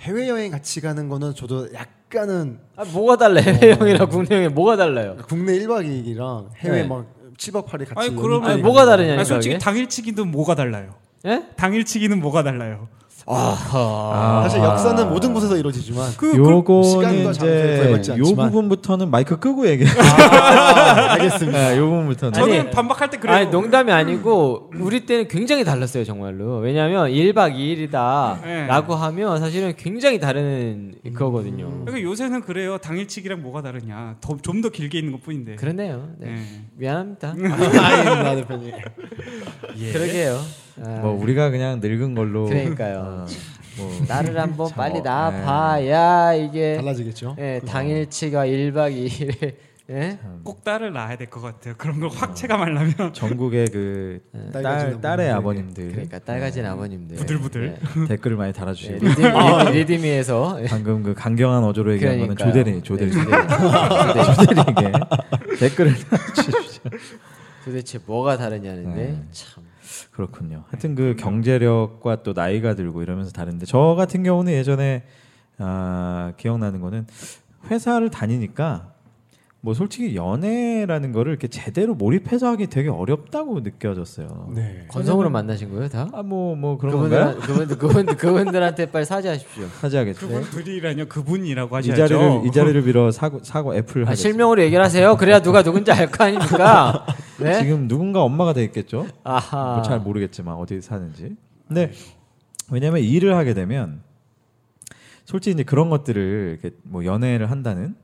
C: 해외 여행 같이 가는 거는 저도 약간은
B: 아 뭐가 달라 <laughs> 해외형이랑 국내형이 뭐가 달라요?
C: 국내 1박 2일이랑 해외
B: 네.
C: 막 7박 8일 같이
D: 아니 그러면
B: 아니, 뭐가 다르냐니까,
D: 아니, 솔직히
B: 이게?
D: 당일치기도 뭐가 달라요.
B: 예?
D: 당일치기는 뭐가 달라요.
A: 아,
C: 사실 역사는 모든 곳에서 이루어지지만
D: 그-
A: 요거는
C: 시간과 장소에
A: 이제
C: 걸맞지
A: 요
C: 않지만.
A: 부분부터는 마이크 끄고 얘기해. 알겠습니다. 요 부분부터는
D: 저는
B: 아, 아니,
D: 반박할 때 그래요.
B: 아니 농담이 아니고 우리 때는 굉장히 달랐어요 정말로 왜냐하면 1박 2일이다
D: 네.
B: 라고 하면 사실은 굉장히 다른 거거든요
D: 그러니까 요새는 그래요. 당일치기랑 뭐가 다르냐. 더 좀 더 길게 있는 것뿐인데.
B: 그러네요 네.
D: 예. <laughs>
B: 미안합니다
C: 아닙니다
B: <laughs>
C: 대표님
B: 그러게요 아,
A: 뭐 우리가 그냥 늙은 걸로.
B: 그러니까요.
A: 아, 뭐 <laughs> 네. 그렇죠.
B: 나를 한번
A: 참,
B: 빨리
A: 어,
B: 낳아봐야 이게
C: 달라지겠죠
B: 예, 당일치가 1박 2일에 예?
D: 꼭 딸을 낳아야 될 것 같아요. 그런 걸 확 체감하려면
A: 전국의 그
B: 네.
C: 딸
A: 딸,
C: 가진
A: 딸의
C: 아버님.
A: 아버님들
B: 그러니까 딸 가진 아버님들
D: 부들부들.
B: 예,
A: 댓글을 많이
D: <laughs>
B: 예,
A: 달아주시고
B: 리듬, 리듬, 리듬이에서 예.
A: <laughs> 방금 그 강경한 어조로 얘기한 거는
B: 그러니까요.
A: 조대리 조대리
B: 네, 조대리. 조대리.
A: <laughs>
B: <laughs>
A: 조대리에게 댓글을 달아주시죠.
B: 도대체 뭐가 다르냐는데
A: 네.
B: 참
A: 그렇군요. 하여튼 그 경제력과 또 나이가 들고 이러면서 다른데 저 같은 경우는 예전에 아, 기억나는 거는 회사를 다니니까 뭐 솔직히 연애라는 거를 이렇게 제대로 몰입해서 하기 되게 어렵다고 느껴졌어요.
C: 네
B: 건성으로 만나신 거예요 다?
A: 아 뭐 뭐 그런 건가요?
B: 음. 그분들 그분들 그분들 그분들한테 빨리
A: <laughs>
B: 사죄하십시오.
A: 사죄하겠습니다.
B: 네.
D: 그분들이라뇨 그분이라고
A: 이
D: 뭐 하셔야죠.
A: 자리를 이 자리를 빌어 사고 사고 애플을
B: 아,
A: 하겠습니다.
B: 실명으로 얘기를 하세요. 그래야 누가 누군지 알 거
A: <laughs>
B: 아닙니까? 네.
A: 지금 누군가 엄마가 돼 있겠죠.
B: 아하.
A: 뭐잘 모르겠지만 어디 사는지. 근데 왜냐면 일을 하게 되면 솔직히 이제 그런 것들을 이렇게 뭐 연애를 한다는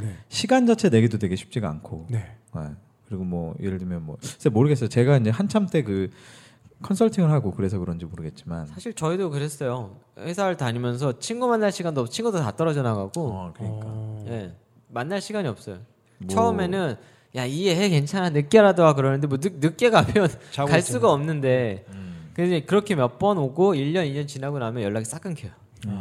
C: 네.
A: 시간 자체 내기도 되게 쉽지가 않고.
C: 네.
A: 예. 그리고 뭐 예를 들면 뭐 글쎄 모르겠어요. 제가 이제 한참 때 그 컨설팅을 하고 그래서 그런지 모르겠지만.
B: 사실 저희도 그랬어요. 회사를 다니면서 친구 만날 시간도 없고 친구도 다 떨어져 나가고
A: 어, 그러니까.
C: 어.
B: 예. 만날 시간이 없어요.
A: 뭐-
B: 처음에는 야 이해해 괜찮아 늦게라도 와 그러는데 뭐 늦, 늦게 가면
C: 자고 그-
B: 갈
C: 있잖아요.
B: 수가 없는데
A: 음.
B: 그래서 이제 그렇게 몇 번 오고 1년 2년 지나고 나면 연락이 싹 끊겨요.
A: 네.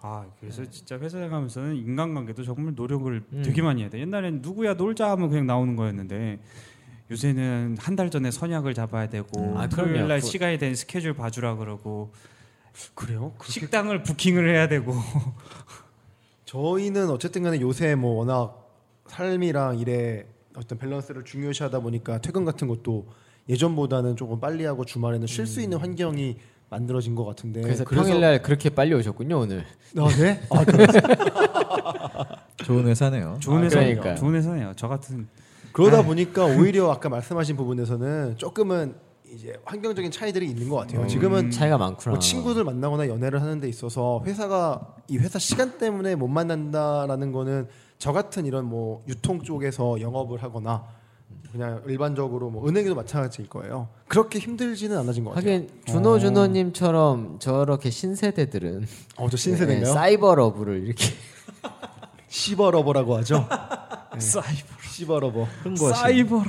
D: 아 그래서 진짜 회사 생활하면서는 인간관계도 정말 노력을
B: 음.
D: 되게 많이 해야 돼. 옛날엔 누구야 놀자 하면 그냥 나오는 거였는데 요새는 한 달 전에 선약을 잡아야 되고
B: 아, 그럼요.
D: 토요일 날
B: 그-
D: 시간이 된 스케줄 봐주라 그러고
C: 그래요?
B: 어,
D: 식당을 부킹을 해야 되고
C: 저희는 어쨌든 간에 요새 뭐 워낙 삶이랑 일의 어떤 밸런스를 중요시하다 보니까 퇴근 같은 것도 예전보다는 조금 빨리 하고 주말에는 쉴 수 있는 환경이 만들어진 것 같은데
B: 음. 네, 그래서 평일날 어. 그렇게 빨리 오셨군요 오늘.
C: 아, 네?
B: <laughs>
C: 아,
A: 좋은 회사네요.
D: 좋은
B: 아,
D: 회사
B: 그러니까요.
D: 좋은 회사네요. 저 같은
C: 그러다 보니까 오히려 아까 말씀하신 부분에서는 조금은 이제 환경적인 차이들이 있는 것 같아요. 지금은
B: 차이가 많구나.
C: 뭐 친구들 만나거나 연애를 하는 데 있어서 회사가 이 회사 시간 때문에 못 만난다라는 거는 저 같은 이런 뭐 유통 쪽에서 영업을 하거나 그냥 일반적으로 뭐 은행에도 마찬가지일 거예요. 그렇게 힘들지는 않아진 것 같아요.
B: 하긴 준호 준호님처럼 저렇게 뭐 신세대들은 네,
C: 어저 신세대인가요?
B: 사이버 러브를 <laughs> 이렇게
C: 시버러버라고 하죠. 네.
D: 사이버
C: 시버러버.
A: 흥거신.
D: 사이버로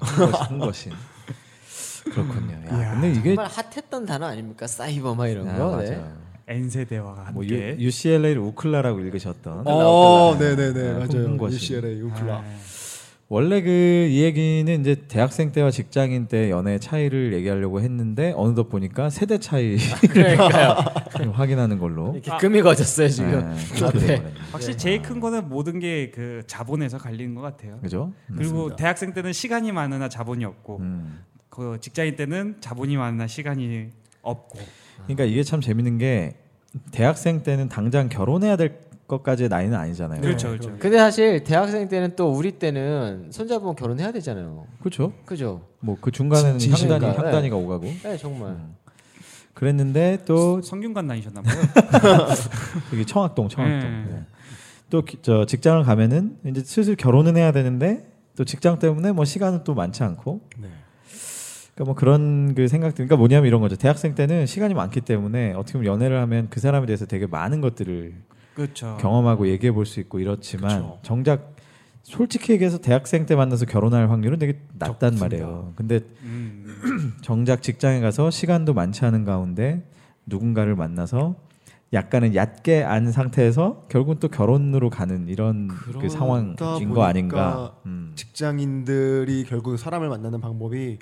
A: 흥거신, 흥거신. 그렇군요. 야,
D: 이야,
A: 근데 이게
B: 정말 핫했던 단어 아닙니까? 사이버 막 이런
A: 아,
B: 거. 네.
A: 맞아요.
D: N 세대와
A: 뭐
D: 함께
A: U, c l a 를 우클라라고 읽으셨던
C: 어, 네네네
A: 아,
C: 맞아요.
A: 흥거신.
C: UCLA 우클라.
A: 원래 그 이 얘기는 이제 대학생 때와 직장인 때 연애 차이를 얘기하려고 했는데 어느덧 보니까 세대 차이를 <laughs> 확인하는 걸로
B: 이렇게 금이 거졌어요 지금.
A: 네,
B: 앞에.
A: 그렇게
D: 확실히 제일 큰 거는 모든 게 그 자본에서 갈리는 것 같아요.
A: 그죠? 음.
D: 그리고 대학생 때는 시간이 많으나 자본이 없고
A: 음.
D: 그 직장인 때는 자본이 많으나 시간이 없고
C: 네.
A: 그러니까 이게 참 재밌는 게 대학생 때는 당장 결혼해야 될 것까지의 나이는 아니잖아요.
D: 그렇죠
C: 네,
D: 그렇죠.
B: 근데 사실 대학생 때는 또 우리 때는 손잡으면 결혼해야 되잖아요.
A: 그렇죠.
B: 그죠?
A: 뭐 그 중간에는
B: 진- 진심인가?
A: 향단이 향단이가 오가고
B: 네 정말.
A: 그랬는데 또
D: 성균관 다니셨나 봐요. <laughs>
A: 여기 청학동 청학동
C: 예.
D: 네.
A: 네. 또 저 직장을 가면은 이제 슬슬 결혼은 해야 되는데 또 직장 때문에 뭐 시간은 또 많지 않고
C: 네.
A: 그러니까 뭐 그런 그 생각들 그러니까 뭐냐면 이런 거죠 대학생 때는 시간이 많기 때문에 어떻게 보면 연애를 하면 그 사람에 대해서 되게 많은 것들을
D: 그렇죠.
A: 경험하고 얘기해 볼 수 있고 이렇지만
C: 아. 그쵸.
A: 정작 솔직히 얘기해서 대학생 때 만나서 결혼할 확률은 되게 낮단 말이에요 근데
D: 음,
A: 정작 직장에 가서 시간도 많지 않은 가운데 누군가를 만나서 약간은 얕게 안 상태에서 결국은 또 결혼으로 가는 이런 그
C: 그러다
A: 상황인 거
C: 보니까
A: 아닌가. 음.
C: 직장인들이 결국 사람을 만나는 방법이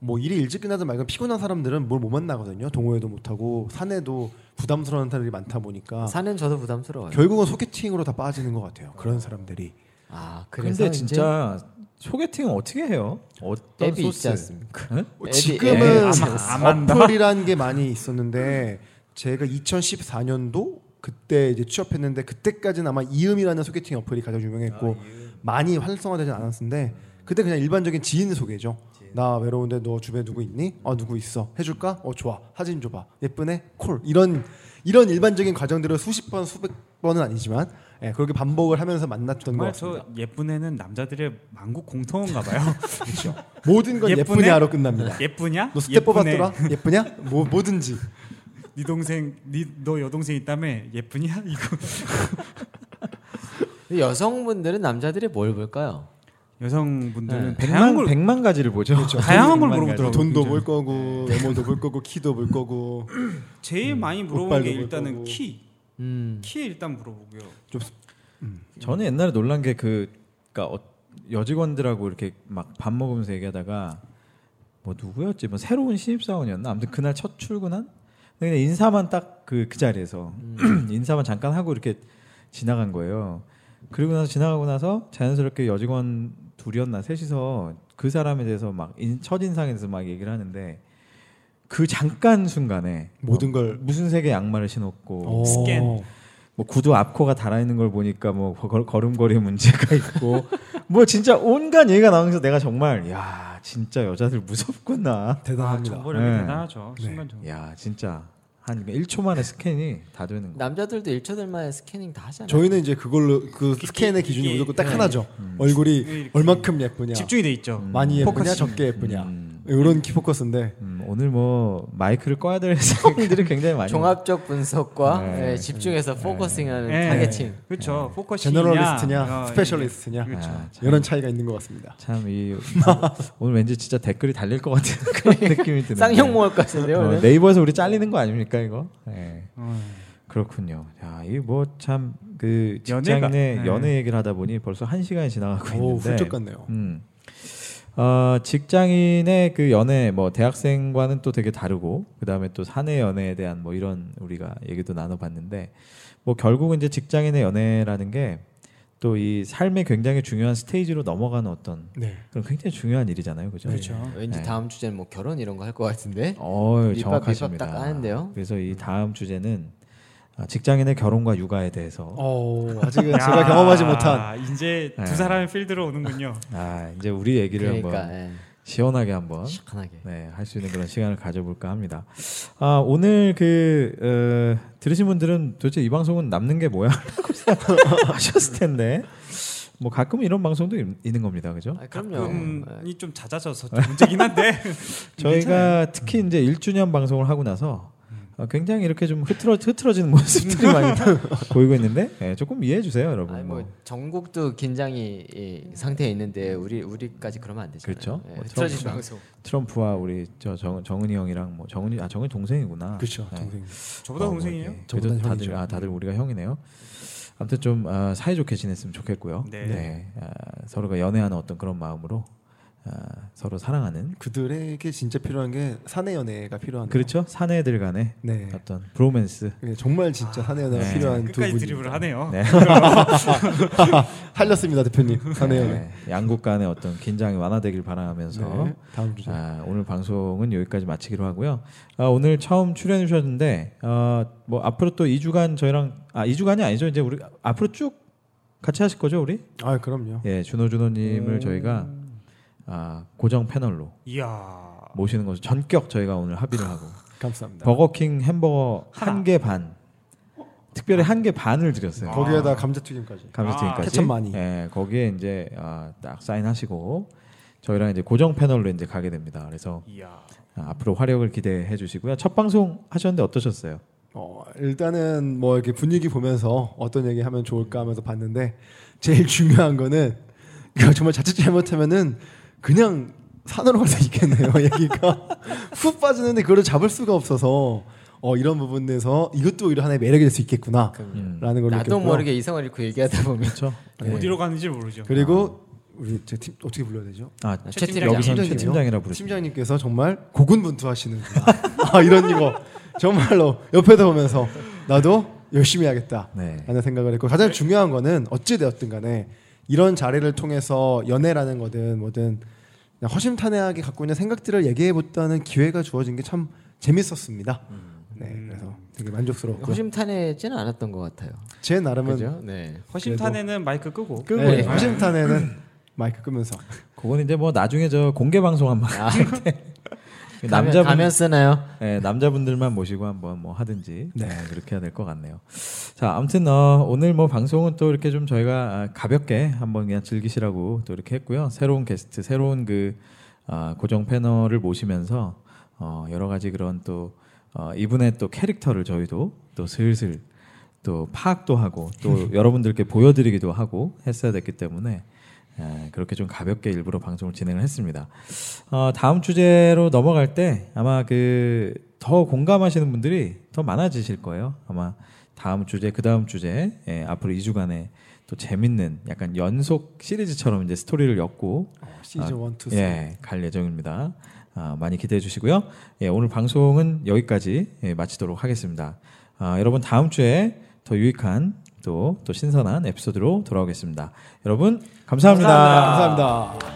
C: 뭐 일이 일찍 끝나든 말건 피곤한 사람들은 뭘 못 만나거든요. 동호회도 못 하고 사내도 부담스러운 사람들이 많다 보니까
B: 사는 저도 부담스러워요.
C: 결국은 소개팅으로 다 빠지는 것 같아요. 그런 사람들이
B: 아 그래서
A: 근데 진짜 소개팅은 어떻게 해요?
B: 이제
A: 어떤
B: 앱이 있지
A: 소스?
B: 않습니까?
A: 응?
C: 어,
B: 앱이- 앱이
C: 지금은
B: 있지
D: 아마-
B: 않습니까?
D: 아만다?
C: 어플이라는 게 많이 있었는데 제가 2014년도 그때 이제 취업했는데 그때까지는 아마 이음이라는 소개팅 어플이 가장
D: 아,
C: 유명했고 많이 활성화되지 않았는데 그때 그냥 일반적인 지인 소개죠. 나 외로운데 너 주변에 누구 있니? 아 누구 있어? 해줄까? 어 좋아. 사진 줘봐. 예쁘네. 콜. 이런 이런 일반적인 과정들을 수십 번 수백 번은 아니지만 예, 그렇게 반복을 하면서 만났던 것
D: 정말
C: 같습니다.
D: 저 예쁜 애는 남자들의 만국
C: <laughs>
D: 공통인가 봐요.
C: 그렇죠. 모든 건
D: 예쁘네?
C: 예쁘냐로 끝납니다.
D: 예쁘냐?
C: 너 스텝
D: 예쁘네.
C: 뽑았더라? 예쁘냐? 뭐 뭐든지.
D: 네 동생, 네너 여동생 있다며 예쁘냐? 이거
B: 근데 여성분들은 남자들이 뭘 볼까요?
D: 여성분들은 다양한
A: 백만
D: 걸 그렇죠.
A: 백만 가지를 보죠.
D: 다양한
A: <laughs>
D: 걸
A: 백만
D: 물어보더라고요.
C: 네. 뭐 돈도
D: 굉장히.
C: 볼 거고
D: 네.
C: 외모도 볼 거고 키도 볼 거고
D: 제일 많이 물어보는
C: 옷빨도
D: 게
C: 볼
D: 일단은
C: 음. 거고.
D: 키.
B: 음.
D: 키 일단 물어보고요.
A: 저는 옛날에 놀란 게 그 그러니까 어- 여직원들하고 이렇게 막 밥 먹으면서 얘기하다가 뭐 누구였지 뭐 새로운 신입사원이었나 아무튼 그날 첫 출근한 근데 그냥 인사만 딱 그 그 자리에서
C: 음.
A: <clears throat> 인사만 잠깐 하고 이렇게 지나간 거예요. 그리고 나서 지나가고 나서 자연스럽게 여직원 둘이었나 셋이서 그 사람에 대해서 막 첫 인상에 대해서 막 얘기를 하는데 그 잠깐 순간에
C: 모든 걸
A: 무슨 색의 양말을 신었고
C: 어.
D: 스캔.
A: 뭐 구두 앞코가 달아있는 걸 보니까 뭐 걸, 걸음걸이 문제가 있고 <laughs> 뭐 진짜 온갖 얘기가 나오면서 내가 정말 야 진짜 여자들 무섭구나
C: 대단합니다.
D: 아, 정보력이
A: 네.
D: 대단하죠. 순간적으로.
A: 야 진짜 한 1초 만에 스캔이 다 되는 거
B: 남자들도 1초들 만에 스캐닝 다 하잖아요.
C: 저희는 이제 그걸로 그
D: 기-
C: 스캔의
D: 기-
C: 기준이
D: 기-
C: 무조건 딱
D: 네.
C: 하나죠. 얼굴이
D: 이렇게.
C: 얼만큼 예쁘냐,
D: 집중이 돼 있죠.
C: 많이 예쁘냐,
D: 포커싱.
C: 적게 예쁘냐
A: 음.
C: 이런 키포커스인데
A: 음, 오늘 뭐 마이크를 꺼야 될 <laughs> 상황들이 굉장히 많이
B: 종합적 분석과
A: 네.
B: 네, 집중해서 포커싱하는
D: 네.
B: 타겟팅.
D: 그렇죠. 포커싱이냐,
C: 제너럴리스트냐,
D: 어,
C: 스페셜리스트냐
D: 그렇죠.
A: 아,
C: 이런 차이가 있는 것 같습니다.
A: 참 이뭐 오늘 왠지 진짜 댓글이 달릴 것 같은 <laughs> 그런 느낌이 드는
B: 쌍용 모할 것 같은데요.
A: 어,
B: 오늘?
A: 네이버에서 우리 잘리는 거 아닙니까 이거 네.
D: 어,
A: 그렇군요. 야, 뭐 이뭐참그
D: 연애가-
A: 직장인의
D: 네.
A: 연애 얘기를 하다 보니 벌써 한 시간이 지나가고
C: 오
A: 있는데.
C: 훌쩍 같네요.
A: 음. 어, 직장인의 그 연애 뭐 대학생과는 또 되게 다르고 그다음에 또 사내 연애에 대한 뭐 이런 우리가 얘기도 나눠 봤는데 뭐 결국은 이제 직장인의 연애라는 게 또 이 삶의 굉장히 중요한 스테이지로 넘어가는 어떤
C: 네.
A: 그런 굉장히 중요한 일이잖아요. 그죠?
D: 그렇죠.
B: 왠지
A: 네.
B: 다음 주제는 뭐 결혼 이런 거 할 것 같은데.
A: 어,
B: 밑밥, 밑밥
A: 정확하십니다.
B: 딱 까는데요?
A: 그래서 이 다음 주제는 아, 직장인의 결혼과 육아에 대해서
C: 어, 아직은 제가 경험하지 못한
D: 이제
A: 네.
D: 두 사람의 필드로 오는군요.
A: 아 이제 우리 얘기를
B: 그러니까
A: 한번
B: 예.
A: 시원하게 한번
B: 시원하게.
A: 네, 할 수 있는 그런 시간을 가져볼까 합니다. 아, 오늘 그 어, 들으신 분들은 도대체 이 방송은 남는 게 뭐야? <laughs> 라고 생각하셨을 텐데 뭐 가끔 이런 방송도 있, 있는 겁니다, 그죠?
B: 아, 그럼요. 예.
D: 가끔이 좀 잦아져서 좀 문제긴 한데 <laughs>
A: 저희가 특히
B: 음.
A: 이제 1주년 방송을 하고 나서 어, 굉장히 이렇게 좀 흐트러 흐트러지는
B: <laughs>
A: 모습들이 많이 보이고 있는데 예, 조금 이해해 주세요, 여러분.
B: 아니
A: 뭐.
B: 뭐 전국도 긴장이 이 상태에 있는데 우리 우리까지 그러면 안 되잖아요. 예,
A: 그렇죠. 뭐
B: 틀어지
A: 트럼프-
B: 방송.
A: 트럼프와 우리 저 정, 정은이 형이랑 뭐 정은이 아 정은이 동생이구나.
C: 그렇죠.
A: 네.
C: 동생.
D: 저보다
A: 어, 뭐
D: 동생이에요.
A: 이렇게. 그래도
C: 저보단
A: 다들
C: 형이죠.
A: 아 다들 우리가 형이네요. 아무튼 좀 아, 사이좋게 지냈으면 좋겠고요.
D: 네.
A: 아, 서로가 연애하는 어떤 그런 마음으로 아, 서로 사랑하는
C: 그들에게 진짜 필요한 게 사내 연애가 필요한
A: 그렇죠. 사내들 간의
C: 네.
A: 어떤 브로맨스.
C: 네, 정말 진짜 사내 연애가
A: 네.
C: 필요한 두
D: 아. 끝까지
C: 분.
D: 드립을 하네요.
A: 네.
C: 살렸습니다, 대표님. 사내 연애.
A: 네. 양국 간의 어떤 긴장이 완화되길 바라면서
C: 네, 다음 주제.
A: 아, 오늘 방송은 여기까지 마치기로 하고요. 아, 오늘 처음 출연해 주셨는데 어, 뭐 앞으로 또 2주간 저희랑 아 2주간이 아니죠. 이제 우리 앞으로 쭉 같이 하실 거죠, 우리?
C: 아, 그럼요.
A: 예, 준호
C: 음.
A: 준호님을 저희가 아, 고정 패널로
D: 이야.
C: 아.
A: 모시는 것을 전격 저희가 오늘 합의를 하고
C: 감사합니다.
A: 버거킹 햄버거 한 개 반, 특별히 한 개 반을 드렸어요.
D: 아.
C: 아. 거기에다 네. 감자튀김까지.
A: 감자튀김까지.
C: 아, 케첩 많이.
A: 예, 거기에 이제 아, 딱 사인하시고 저희랑 이제 고정 패널로 이제 가게 됩니다. 그래서
D: 이야.
A: 아, 앞으로 활약을 기대해 주시고요. 첫 방송 하셨는데 어떠셨어요?
C: 어, 일단은 뭐 이렇게 분위기 보면서 어떤 얘기 하면 좋을까 하면서 봤는데 제일 중요한 거는 이거 정말 자칫 잘못하면은 그냥 산으로 가서 있겠네요. <laughs> 얘기가 훅 빠지는데 그걸 잡을 수가 없어서 어, 이런 부분에서 이것도 오히려 하나의 매력이 될 수 음. 있겠구나.
A: 음.
B: 그럼요.
C: 라는 걸
B: 나도
C: 느꼈고요.
B: 모르게 이성을 잃고 얘기하다
A: <laughs>
B: 보면
A: 그렇죠.
B: 네.
D: 어디로 가는지 모르죠.
C: 네. 그리고 우리 제 팀 어떻게 불러야 되죠?
A: 아,
B: 최 팀장. <laughs>
A: 여기서 최
C: 팀장님이요?
A: 팀장이라 부르죠.
C: 팀장님께서 정말 고군분투하시는구나. 아, 이런 이거 정말로 옆에서 보면서 나도 열심히 해야겠다.
A: 네.
C: 라는 생각을 했고 가장 중요한 거는 어찌 되었든 간에 이런 자리를 통해서 연애라는 거든 뭐든 그냥 허심탄회하게 갖고 있는 생각들을 얘기해 보다는 기회가 주어진 게 참 재밌었습니다.
A: 음.
C: 네, 그래서 되게 만족스러웠고
B: 허심탄회지는 않았던 것 같아요.
C: 제 나름은
B: 그죠? 네.
D: 허심탄회는 마이크 끄고
C: 끄고
B: 네.
C: 허심탄회는 마이크 끄면서
B: 아,
A: 그건 이제 뭐 나중에 저 공개 방송 한번 할 때.
B: 남자 아. <laughs> 가면 쓰나요?
A: 네, 남자분들만 모시고 한번 뭐 하든지 네. 그렇게 해야 될 것 같네요. 자, 아무튼 어, 오늘 뭐 방송은 또 이렇게 좀 저희가 아, 가볍게 한번 그냥 즐기시라고 또 이렇게 했고요. 새로운 게스트, 새로운 그 아, 고정 패널을 모시면서 어, 여러 가지 그런 또 어, 이분의 또 캐릭터를 저희도 또 슬슬 또 파악도 하고 또 여러분들께 보여드리기도 하고 했어야 됐기 때문에 예, 그렇게 좀 가볍게 일부러 방송을 진행을 했습니다. 어, 다음 주제로 넘어갈 때 아마 그 더 공감하시는 분들이 더 많아지실 거예요. 아마 다음 주제, 그 다음 주제, 예, 앞으로 2주간에 또 재밌는 약간 연속 시리즈처럼 이제 스토리를 엮고
C: 어, 시즌 1, 2, 3
A: 예, 갈 예정입니다. 아, 많이 기대해 주시고요. 예, 오늘 방송은 여기까지 예, 마치도록 하겠습니다. 아, 여러분 다음 주에 더 유익한 또, 또 신선한 에피소드로 돌아오겠습니다. 여러분 감사합니다.
C: 감사합니다.